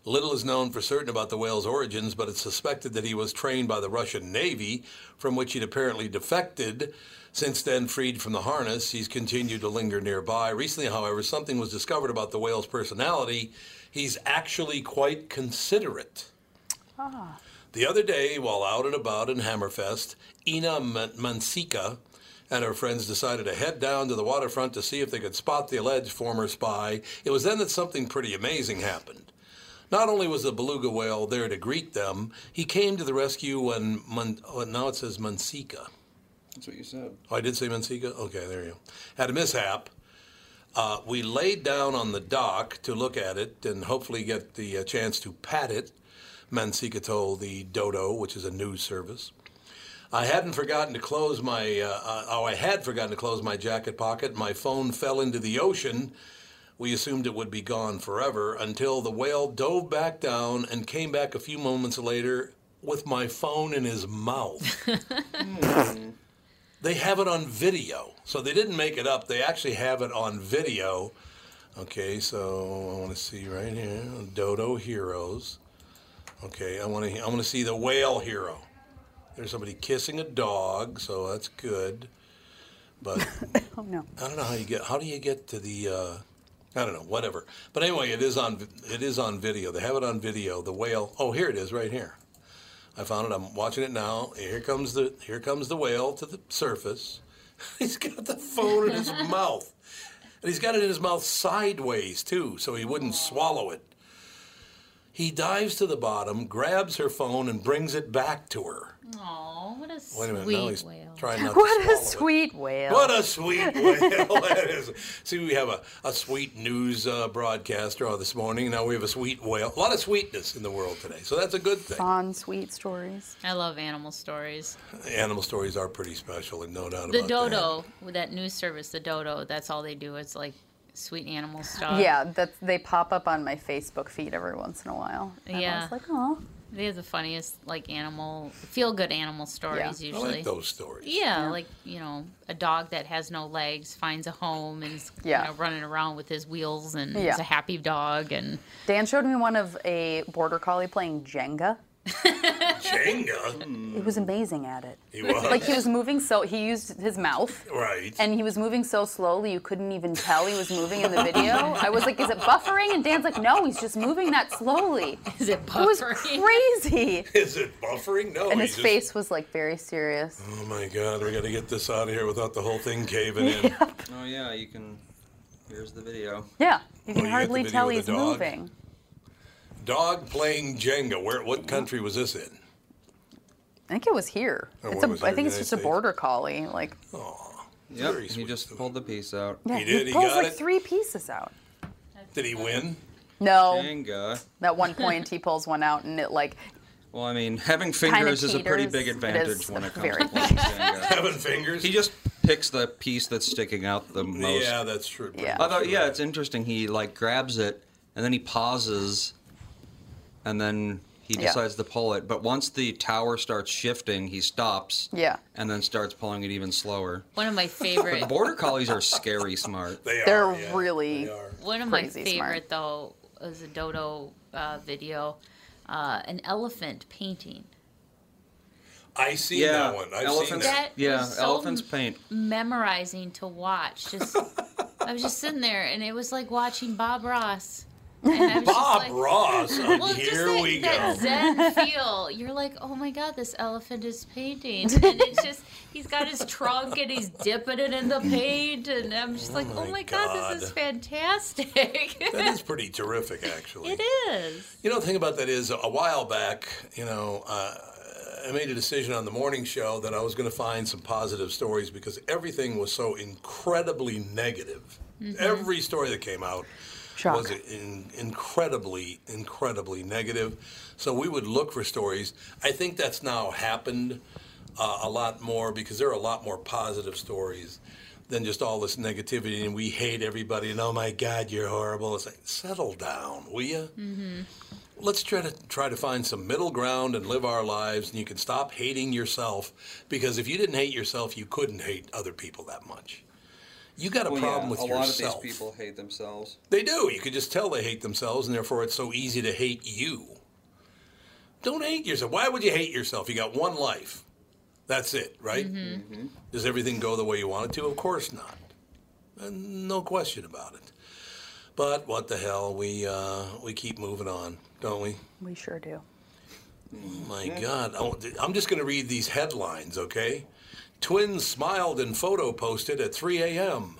[SPEAKER 1] Little is known for certain about the whale's origins, but it's suspected that he was trained by the Russian Navy, from which he'd apparently defected. Since then, freed from the harness, he's continued to linger nearby. Recently, however, something was discovered about the whale's personality. He's actually quite considerate.
[SPEAKER 7] Ah.
[SPEAKER 1] The other day, while out and about in Hammerfest, Ina Man- Mansica and her friends decided to head down to the waterfront to see if they could spot the alleged former spy. It was then that something pretty amazing happened. Not only was the beluga whale there to greet them, he came to the rescue when Man- oh, now it says Mansica.
[SPEAKER 6] That's what you said.
[SPEAKER 1] Oh, I did say Manseca? Okay, there you go. Had a mishap. Uh, we laid down on the dock to look at it and hopefully get the uh, chance to pat it, Manseca told the Dodo, which is a news service. I hadn't forgotten to close my, uh, uh, oh, I had forgotten to close my jacket pocket. My phone fell into the ocean. We assumed it would be gone forever until the whale dove back down and came back a few moments later with my phone in his mouth. They have it on video. So they didn't make it up. They actually have it on video. Okay, so I want to see right here Dodo Heroes. Okay, I want to I want to see the whale hero. There's somebody kissing a dog, so that's good. But
[SPEAKER 7] Oh, no.
[SPEAKER 1] I don't know how you get how do you get to the uh, I don't know, whatever. But anyway, it is on it is on video. They have it on video. The whale. Oh, here it is right here. I found it. I'm watching it now. Here comes the here comes the whale to the surface. he's got the phone in his mouth, and he's got it in his mouth sideways too, so he wouldn't swallow it. He dives to the bottom, grabs her phone, and brings it back to her.
[SPEAKER 3] Oh, what a sweet
[SPEAKER 1] Wait a minute, now he's
[SPEAKER 3] whale.
[SPEAKER 1] trying not to
[SPEAKER 7] What
[SPEAKER 1] swallow
[SPEAKER 7] a sweet whale.
[SPEAKER 1] What a sweet whale that is. See, we have a, a sweet news uh, broadcaster on this morning. Now we have a sweet whale. A lot of sweetness in the world today, so that's a good thing.
[SPEAKER 7] Fawn sweet stories.
[SPEAKER 3] I love animal stories.
[SPEAKER 1] Animal stories are pretty special, and no doubt
[SPEAKER 3] The
[SPEAKER 1] about that.
[SPEAKER 3] dodo, with that news service, the dodo, that's all they do. It's like sweet animal stuff.
[SPEAKER 7] Yeah, that they pop up on my Facebook feed every once in a while. And I was
[SPEAKER 3] Yeah.
[SPEAKER 7] like, oh.
[SPEAKER 3] They have the funniest, like, animal, feel good animal stories
[SPEAKER 1] I
[SPEAKER 3] usually.
[SPEAKER 1] like those stories.
[SPEAKER 3] Yeah, like, you know, a dog that has no legs finds a home and is you
[SPEAKER 7] Yeah.
[SPEAKER 3] know, running around with his wheels and
[SPEAKER 7] Yeah.
[SPEAKER 3] is a happy dog. And
[SPEAKER 7] Dan showed me one of a border collie playing Jenga.
[SPEAKER 1] Jenga.
[SPEAKER 7] He was amazing at it.
[SPEAKER 1] He was.
[SPEAKER 7] Like he was moving so he used his mouth.
[SPEAKER 1] Right.
[SPEAKER 7] And he was moving so slowly you couldn't even tell he was moving in the video. I was like, is it buffering? And Dan's like, no, he's just moving that slowly.
[SPEAKER 3] Is it
[SPEAKER 7] It was crazy.
[SPEAKER 1] Is it buffering? No.
[SPEAKER 7] and
[SPEAKER 1] Oh, he
[SPEAKER 7] his
[SPEAKER 1] just-
[SPEAKER 7] face was like very serious.
[SPEAKER 1] Oh my God! We got to get this out of here without the whole thing caving in.
[SPEAKER 6] Oh yeah, you can. Here's the video.
[SPEAKER 7] Yeah.
[SPEAKER 1] Oh, you
[SPEAKER 7] You
[SPEAKER 1] got
[SPEAKER 7] can
[SPEAKER 1] the
[SPEAKER 7] hardly
[SPEAKER 1] video
[SPEAKER 7] tell
[SPEAKER 1] of the
[SPEAKER 7] he's
[SPEAKER 1] dog?
[SPEAKER 7] moving.
[SPEAKER 1] Dog playing Jenga. Where? What country was this in?
[SPEAKER 7] I think it was here.
[SPEAKER 1] Oh,
[SPEAKER 7] it's
[SPEAKER 1] what
[SPEAKER 7] a,
[SPEAKER 1] was
[SPEAKER 7] I
[SPEAKER 1] here?
[SPEAKER 7] think it's
[SPEAKER 1] Did I
[SPEAKER 7] just a
[SPEAKER 1] say-
[SPEAKER 7] border collie. Like,
[SPEAKER 1] Yep. He just pulled the piece out.
[SPEAKER 7] yeah,
[SPEAKER 1] he did. He
[SPEAKER 7] pulls
[SPEAKER 1] got
[SPEAKER 7] like
[SPEAKER 1] it.
[SPEAKER 7] three pieces out.
[SPEAKER 1] Did he win?
[SPEAKER 7] No,
[SPEAKER 5] Jenga.
[SPEAKER 7] at one point he pulls one out and it like
[SPEAKER 5] Well, I mean, having
[SPEAKER 7] Kinda
[SPEAKER 5] fingers is a pretty big
[SPEAKER 7] caters. It
[SPEAKER 5] advantage
[SPEAKER 7] is
[SPEAKER 5] when it comes
[SPEAKER 7] very
[SPEAKER 5] to playing Jenga. having
[SPEAKER 1] fingers.
[SPEAKER 5] He just picks the piece that's sticking out the most.
[SPEAKER 1] Yeah, that's true.
[SPEAKER 7] Yeah.
[SPEAKER 5] Although, yeah, it's interesting. He like grabs it and then he pauses, and then he
[SPEAKER 7] Yeah.
[SPEAKER 5] decides to pull it. But once the tower starts shifting, he stops
[SPEAKER 7] yeah.
[SPEAKER 5] and then starts pulling it even slower.
[SPEAKER 3] One of my
[SPEAKER 5] But
[SPEAKER 3] favorite.
[SPEAKER 5] border collies are scary smart.
[SPEAKER 1] They
[SPEAKER 7] They're really
[SPEAKER 3] One of my
[SPEAKER 7] crazy
[SPEAKER 3] favorite
[SPEAKER 7] smart.
[SPEAKER 3] though is a dodo uh, video, uh, an elephant painting.
[SPEAKER 1] I see
[SPEAKER 5] yeah,
[SPEAKER 1] that one. I've
[SPEAKER 5] elephants,
[SPEAKER 1] seen that.
[SPEAKER 3] That
[SPEAKER 5] Yeah,
[SPEAKER 3] was so
[SPEAKER 5] elephants paint.
[SPEAKER 3] Memorizing to watch. Just I was just sitting there, and it was like watching Bob Ross. And I was just
[SPEAKER 1] Bob
[SPEAKER 3] like-
[SPEAKER 1] Ross. um,
[SPEAKER 3] Well, just
[SPEAKER 1] here
[SPEAKER 3] that,
[SPEAKER 1] we
[SPEAKER 3] that
[SPEAKER 1] go.
[SPEAKER 3] Zen feel. You're like, oh my god, this elephant is painting, and it's just he's got his trunk and he's dipping it in the paint, and I'm just like, oh my god, this is fantastic.
[SPEAKER 1] that is pretty terrific, actually.
[SPEAKER 3] it is.
[SPEAKER 1] You know, the thing about that is, a while back, you know, uh, I made a decision on the morning show that I was going to find some positive stories because everything was so incredibly negative.
[SPEAKER 11] Mhm.
[SPEAKER 1] Every story that came out
[SPEAKER 11] Shock.
[SPEAKER 1] was in, incredibly, incredibly negative. So we would look for stories. I think that's now happened uh, a lot more because there are a lot more positive stories than just all this negativity and we hate everybody and oh my God, you're horrible. It's like, settle down, will you?
[SPEAKER 11] Mm-hmm.
[SPEAKER 1] Let's try to try to find some middle ground and live our lives, and you can stop hating yourself. Because if you didn't hate yourself, you couldn't hate other people that much. You got a
[SPEAKER 6] Well, yeah,
[SPEAKER 1] problem with
[SPEAKER 6] a
[SPEAKER 1] yourself.
[SPEAKER 6] lot of these people hate themselves.
[SPEAKER 1] They do. You can just tell they hate themselves, and therefore it's so easy to hate you. Don't hate yourself. Why would you hate yourself? You got one life. That's it, right?
[SPEAKER 6] Mm-hmm.
[SPEAKER 1] Mm-hmm.
[SPEAKER 11] Mhm.
[SPEAKER 1] Does everything go the way you want it to? Of course not. Uh, No question about it. But what the hell? We uh, we keep moving on, don't we?
[SPEAKER 7] We sure do.
[SPEAKER 1] My God, Oh, th- I'm just going to read these headlines, okay? Twins smiled in photo posted at 3 a.m.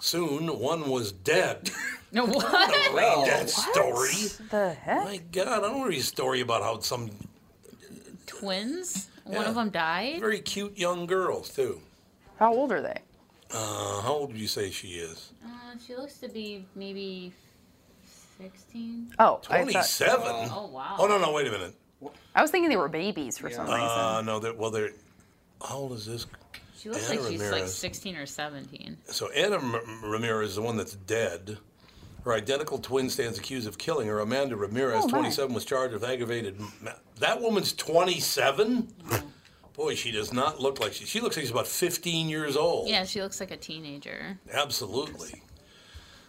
[SPEAKER 1] Soon, one was dead.
[SPEAKER 3] No, what?
[SPEAKER 1] Read that story.
[SPEAKER 7] The heck?
[SPEAKER 1] My God, I don't want to read a story about how some
[SPEAKER 3] Twins. One
[SPEAKER 1] Yeah.
[SPEAKER 3] of them died.
[SPEAKER 1] very cute young girls too.
[SPEAKER 7] How old are they?
[SPEAKER 1] Uh, how old would you say she is?
[SPEAKER 3] Uh, she looks to be maybe sixteen.
[SPEAKER 7] Oh, I, thought,
[SPEAKER 1] 27.
[SPEAKER 3] Oh, wow.
[SPEAKER 1] Oh no, no, wait a minute.
[SPEAKER 7] I was thinking they were babies for some reason.
[SPEAKER 1] Uh, no, they're, well, they're. How old is this?
[SPEAKER 3] She looks
[SPEAKER 1] Anna
[SPEAKER 3] like she's like
[SPEAKER 1] Ramirez. Oh.
[SPEAKER 3] sixteen or seventeen.
[SPEAKER 1] So Anna M- Ramirez is the one that's dead. Her identical twin stands accused of killing her. Amanda Ramirez,
[SPEAKER 3] Oh, my.
[SPEAKER 1] 27, was charged with aggravated. ma- That woman's 27. Boy, she does not look like she. She looks like she's about 15 years old.
[SPEAKER 3] Yeah, she looks like a teenager.
[SPEAKER 1] Absolutely.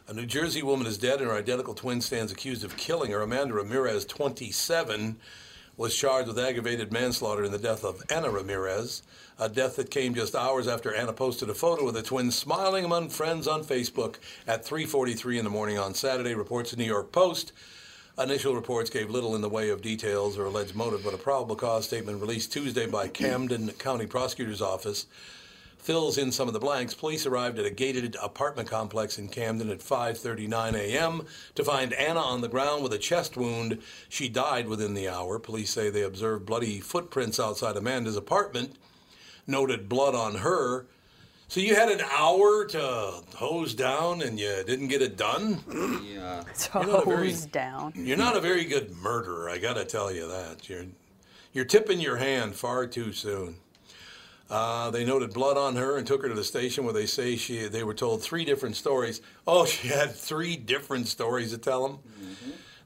[SPEAKER 1] A New Jersey woman is dead, and her identical twin stands accused of killing her. Amanda Ramirez, 27, was charged with aggravated manslaughter in the death of Anna Ramirez, a death that came just hours after Anna posted a photo of the twins smiling among friends on Facebook at 3:43 in the morning on Saturday. Reports the New York Post. Initial reports gave little in the way of details or alleged motive, but a probable cause statement released Tuesday by Camden County Prosecutor's Office fills in some of the blanks. Police arrived at a gated apartment complex in Camden at 5:39 a.m. to find Anna on the ground with a chest wound. She died within the hour. Police say they observed bloody footprints outside Amanda's apartment, noted blood on her. So you had an hour to hose down and you didn't get it done? Yeah.
[SPEAKER 7] Toes
[SPEAKER 1] You're not a very-
[SPEAKER 7] down.
[SPEAKER 1] You're not a very good murderer, I gotta tell you that. You're you're tipping your hand far too soon. Uh, they noted blood on her and took her to the station where they say she they were told three different stories. Oh, she had three different stories to tell them.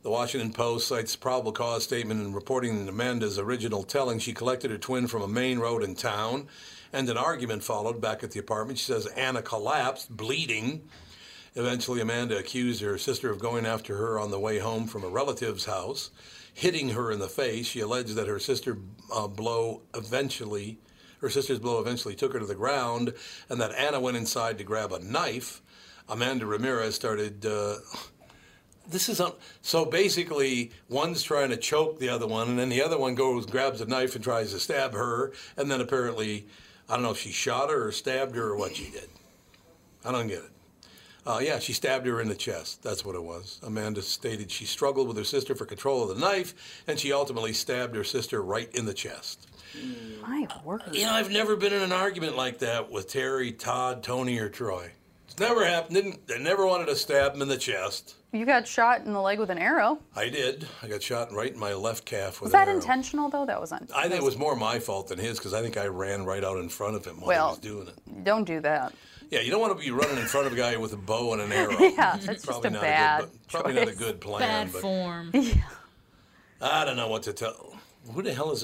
[SPEAKER 1] The Washington Post cites probable cause statement in reporting that Amanda's original telling she collected her twin from a main road in town, and an argument followed back at the apartment. She says Anna collapsed, bleeding. Eventually, Amanda accused her sister of going after her on the way home from a relative's house, hitting her in the face. She alleged that her sister uh, blow eventually, her sister's blow eventually took her to the ground, and that Anna went inside to grab a knife. Amanda Ramirez started. Uh, this is un- so basically one's trying to choke the other one, and then the other one goes grabs a knife and tries to stab her, and then apparently, I don't know if she shot her or stabbed her or what she did. I don't get it. Uh, yeah, she stabbed her in the chest. That's what it was. Amanda stated she struggled with her sister for control of the knife, and she ultimately stabbed her sister right in the chest.
[SPEAKER 7] My word.
[SPEAKER 1] You know, I've never been in an argument like that with Terry, Todd, Tony, or Troy. It's never happened. Didn't, they never wanted to stab him in the chest.
[SPEAKER 7] You got shot in the leg with an arrow.
[SPEAKER 1] I did. I got shot right in my left calf with
[SPEAKER 7] Was
[SPEAKER 1] an
[SPEAKER 7] that
[SPEAKER 1] arrow.
[SPEAKER 7] intentional though? That was not
[SPEAKER 1] I think it was more my fault than his because I think I ran right out in front of him while
[SPEAKER 7] Well-
[SPEAKER 1] he was doing it.
[SPEAKER 7] Don't do that.
[SPEAKER 1] Yeah, you don't want to be running in front of a guy with a bow and an arrow.
[SPEAKER 7] Yeah, that's just a
[SPEAKER 1] Mm-hmm. not
[SPEAKER 7] bad
[SPEAKER 1] A good, probably not a
[SPEAKER 7] choice.
[SPEAKER 1] good plan.
[SPEAKER 3] Bad
[SPEAKER 1] but
[SPEAKER 3] form.
[SPEAKER 1] I don't know what to tell. Who the hell is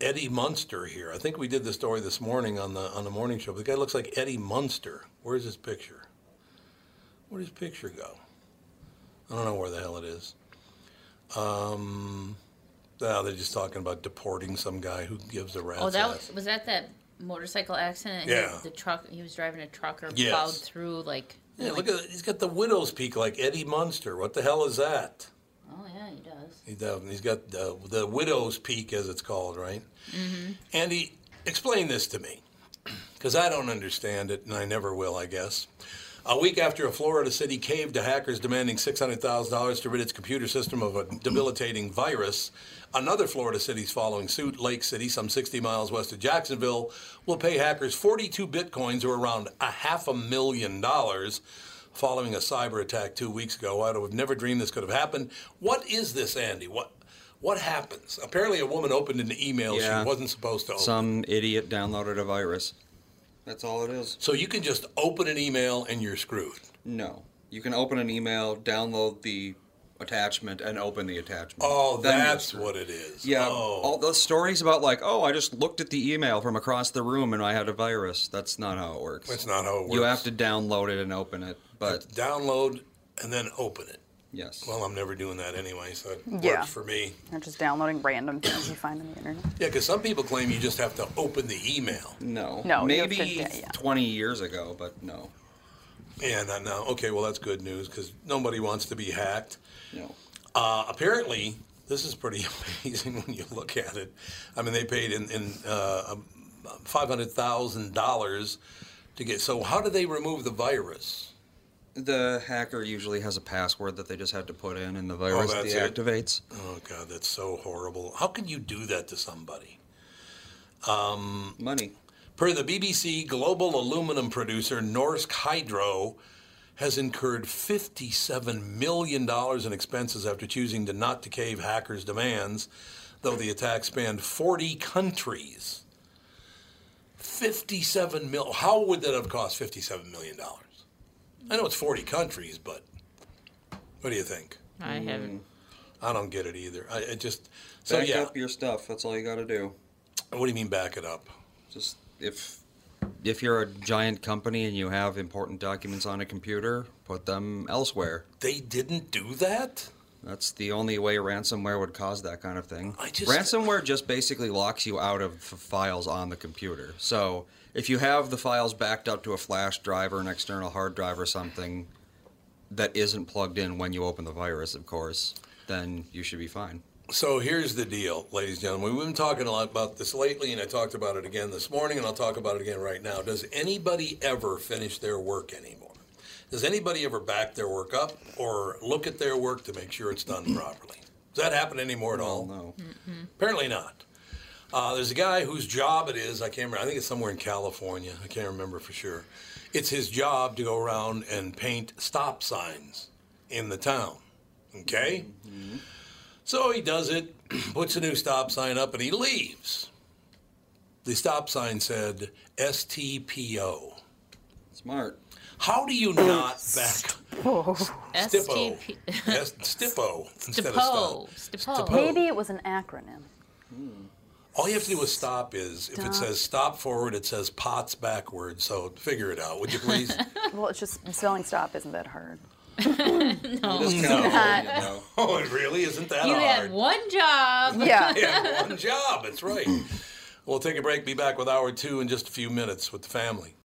[SPEAKER 1] Eddie Munster here? I think we did the story this morning on the on the morning show. But the guy looks like Eddie Munster. Where's his picture? Where'd his picture go? I don't know where the hell it is. Um, now they're just talking about deporting some guy who gives a rat's
[SPEAKER 3] oh, that
[SPEAKER 1] ass.
[SPEAKER 3] was, was that that motorcycle accident. He-
[SPEAKER 1] Yeah.
[SPEAKER 3] the truck. He was driving a trucker
[SPEAKER 1] Yes.
[SPEAKER 3] plowed through like.
[SPEAKER 1] Yeah, look at he's got the widow's peak like Eddie Munster. What the hell is that?
[SPEAKER 3] Oh yeah, he does.
[SPEAKER 1] He does. He's got the, the widow's peak, as it's called, right?
[SPEAKER 3] Mm-hmm.
[SPEAKER 1] Andy, explain this to me, because I don't understand it, and I never will, I guess. A week after a Florida city caved to hackers demanding $600,000 to rid its computer system of a debilitating virus, another Florida city's following suit, Lake City, some 60 miles west of Jacksonville, will pay hackers 42 bitcoins or around a half a million dollars following a cyber attack two weeks ago. I would have never dreamed this could have happened. What is this, Andy? What what happens? Apparently, a woman opened an email
[SPEAKER 5] Yeah.
[SPEAKER 1] she wasn't supposed to open.
[SPEAKER 5] Some idiot downloaded a virus.
[SPEAKER 6] That's all it is.
[SPEAKER 1] So you can just open an email and you're screwed.
[SPEAKER 6] No, you can open an email, download the attachment, and open the attachment.
[SPEAKER 1] Oh,
[SPEAKER 6] Then you're
[SPEAKER 1] that's
[SPEAKER 6] screwed.
[SPEAKER 1] what it is. Oh,
[SPEAKER 5] Yeah, all the stories about like, oh, I just looked at the email from across the room and I had a virus. That's not how it works.
[SPEAKER 1] That's not how it
[SPEAKER 5] You
[SPEAKER 1] works.
[SPEAKER 5] have to download it and open it. But
[SPEAKER 1] download and then open it.
[SPEAKER 5] Yes.
[SPEAKER 1] Well, I'm never doing that anyway, so it
[SPEAKER 7] Yeah.
[SPEAKER 1] works for me.
[SPEAKER 7] They're just downloading random things you find on the internet.
[SPEAKER 1] Yeah, because some people claim you just have to open the email.
[SPEAKER 5] No.
[SPEAKER 7] No, you have
[SPEAKER 5] Maybe
[SPEAKER 7] to- yeah, yeah.
[SPEAKER 5] 20 years ago, but no.
[SPEAKER 1] Yeah, not now. Okay, well, that's good news because nobody wants to be hacked. No. Uh, apparently, this is pretty amazing when you look at it. I mean, they paid in, in uh, um, $500,000 to get. So, how do they remove the virus?
[SPEAKER 5] The hacker usually has a password that they just had to put in and the virus
[SPEAKER 1] Oh, that's it?
[SPEAKER 5] deactivates.
[SPEAKER 1] Oh, God, that's so horrible. How can you do that to somebody? Um,
[SPEAKER 5] Money.
[SPEAKER 1] Per the BBC, global aluminum producer Norsk Hydro has incurred $57 million in expenses after choosing to not to cave hackers' demands, though the attack spanned 40 countries. 57 mil. How would that have cost $57 million? I know it's 40 countries, but what do you think?
[SPEAKER 3] I haven't.
[SPEAKER 1] I don't get it either. I it just so
[SPEAKER 5] Back
[SPEAKER 1] yeah.
[SPEAKER 5] up your stuff. That's all you got to do.
[SPEAKER 1] What do you mean back it up?
[SPEAKER 5] Just if if you're a giant company and you have important documents on a computer, put them elsewhere.
[SPEAKER 1] They didn't do that?
[SPEAKER 5] That's the only way ransomware would cause that kind of thing.
[SPEAKER 1] just-
[SPEAKER 5] ransomware just basically locks you out of f- files on the computer. So if you have the files backed up to a flash drive or an external hard drive or something that isn't plugged in when you open the virus, of course, then you should be fine.
[SPEAKER 1] So here's the deal, ladies and gentlemen. We've been talking a lot about this lately, and I talked about it again this morning, and I'll talk about it again right now. Does anybody ever finish their work anymore? Does anybody ever back their work up or look at their work to make sure it's done properly? Does that happen anymore at all? No. Apparently not. Uh, there's a guy whose job it is, I can't remember, I think it's somewhere in California. I can't remember for sure. It's his job to go around and paint stop signs in the town. Okay? So he does it, puts a new stop sign up, and he leaves. The stop sign said STPO.
[SPEAKER 5] Smart.
[SPEAKER 1] How do you not back Stippo?
[SPEAKER 3] STP.
[SPEAKER 1] S- Stippo instead of
[SPEAKER 3] Stipo.
[SPEAKER 1] stop.
[SPEAKER 3] Stipo.
[SPEAKER 1] Oh.
[SPEAKER 7] Maybe it was an acronym.
[SPEAKER 1] All you have to do with stop is if it
[SPEAKER 7] Stop.
[SPEAKER 1] says stop forward, it says pots backward. So figure it out, would you please?
[SPEAKER 7] well, it's just spelling stop isn't that hard.
[SPEAKER 3] No.
[SPEAKER 1] Just
[SPEAKER 3] No.
[SPEAKER 1] kinda, you know. Oh, it really isn't that
[SPEAKER 3] You
[SPEAKER 1] hard.
[SPEAKER 3] had one job.
[SPEAKER 1] yeah, one job. That's right. We'll take a break. Be back with hour two in just a few minutes with the family.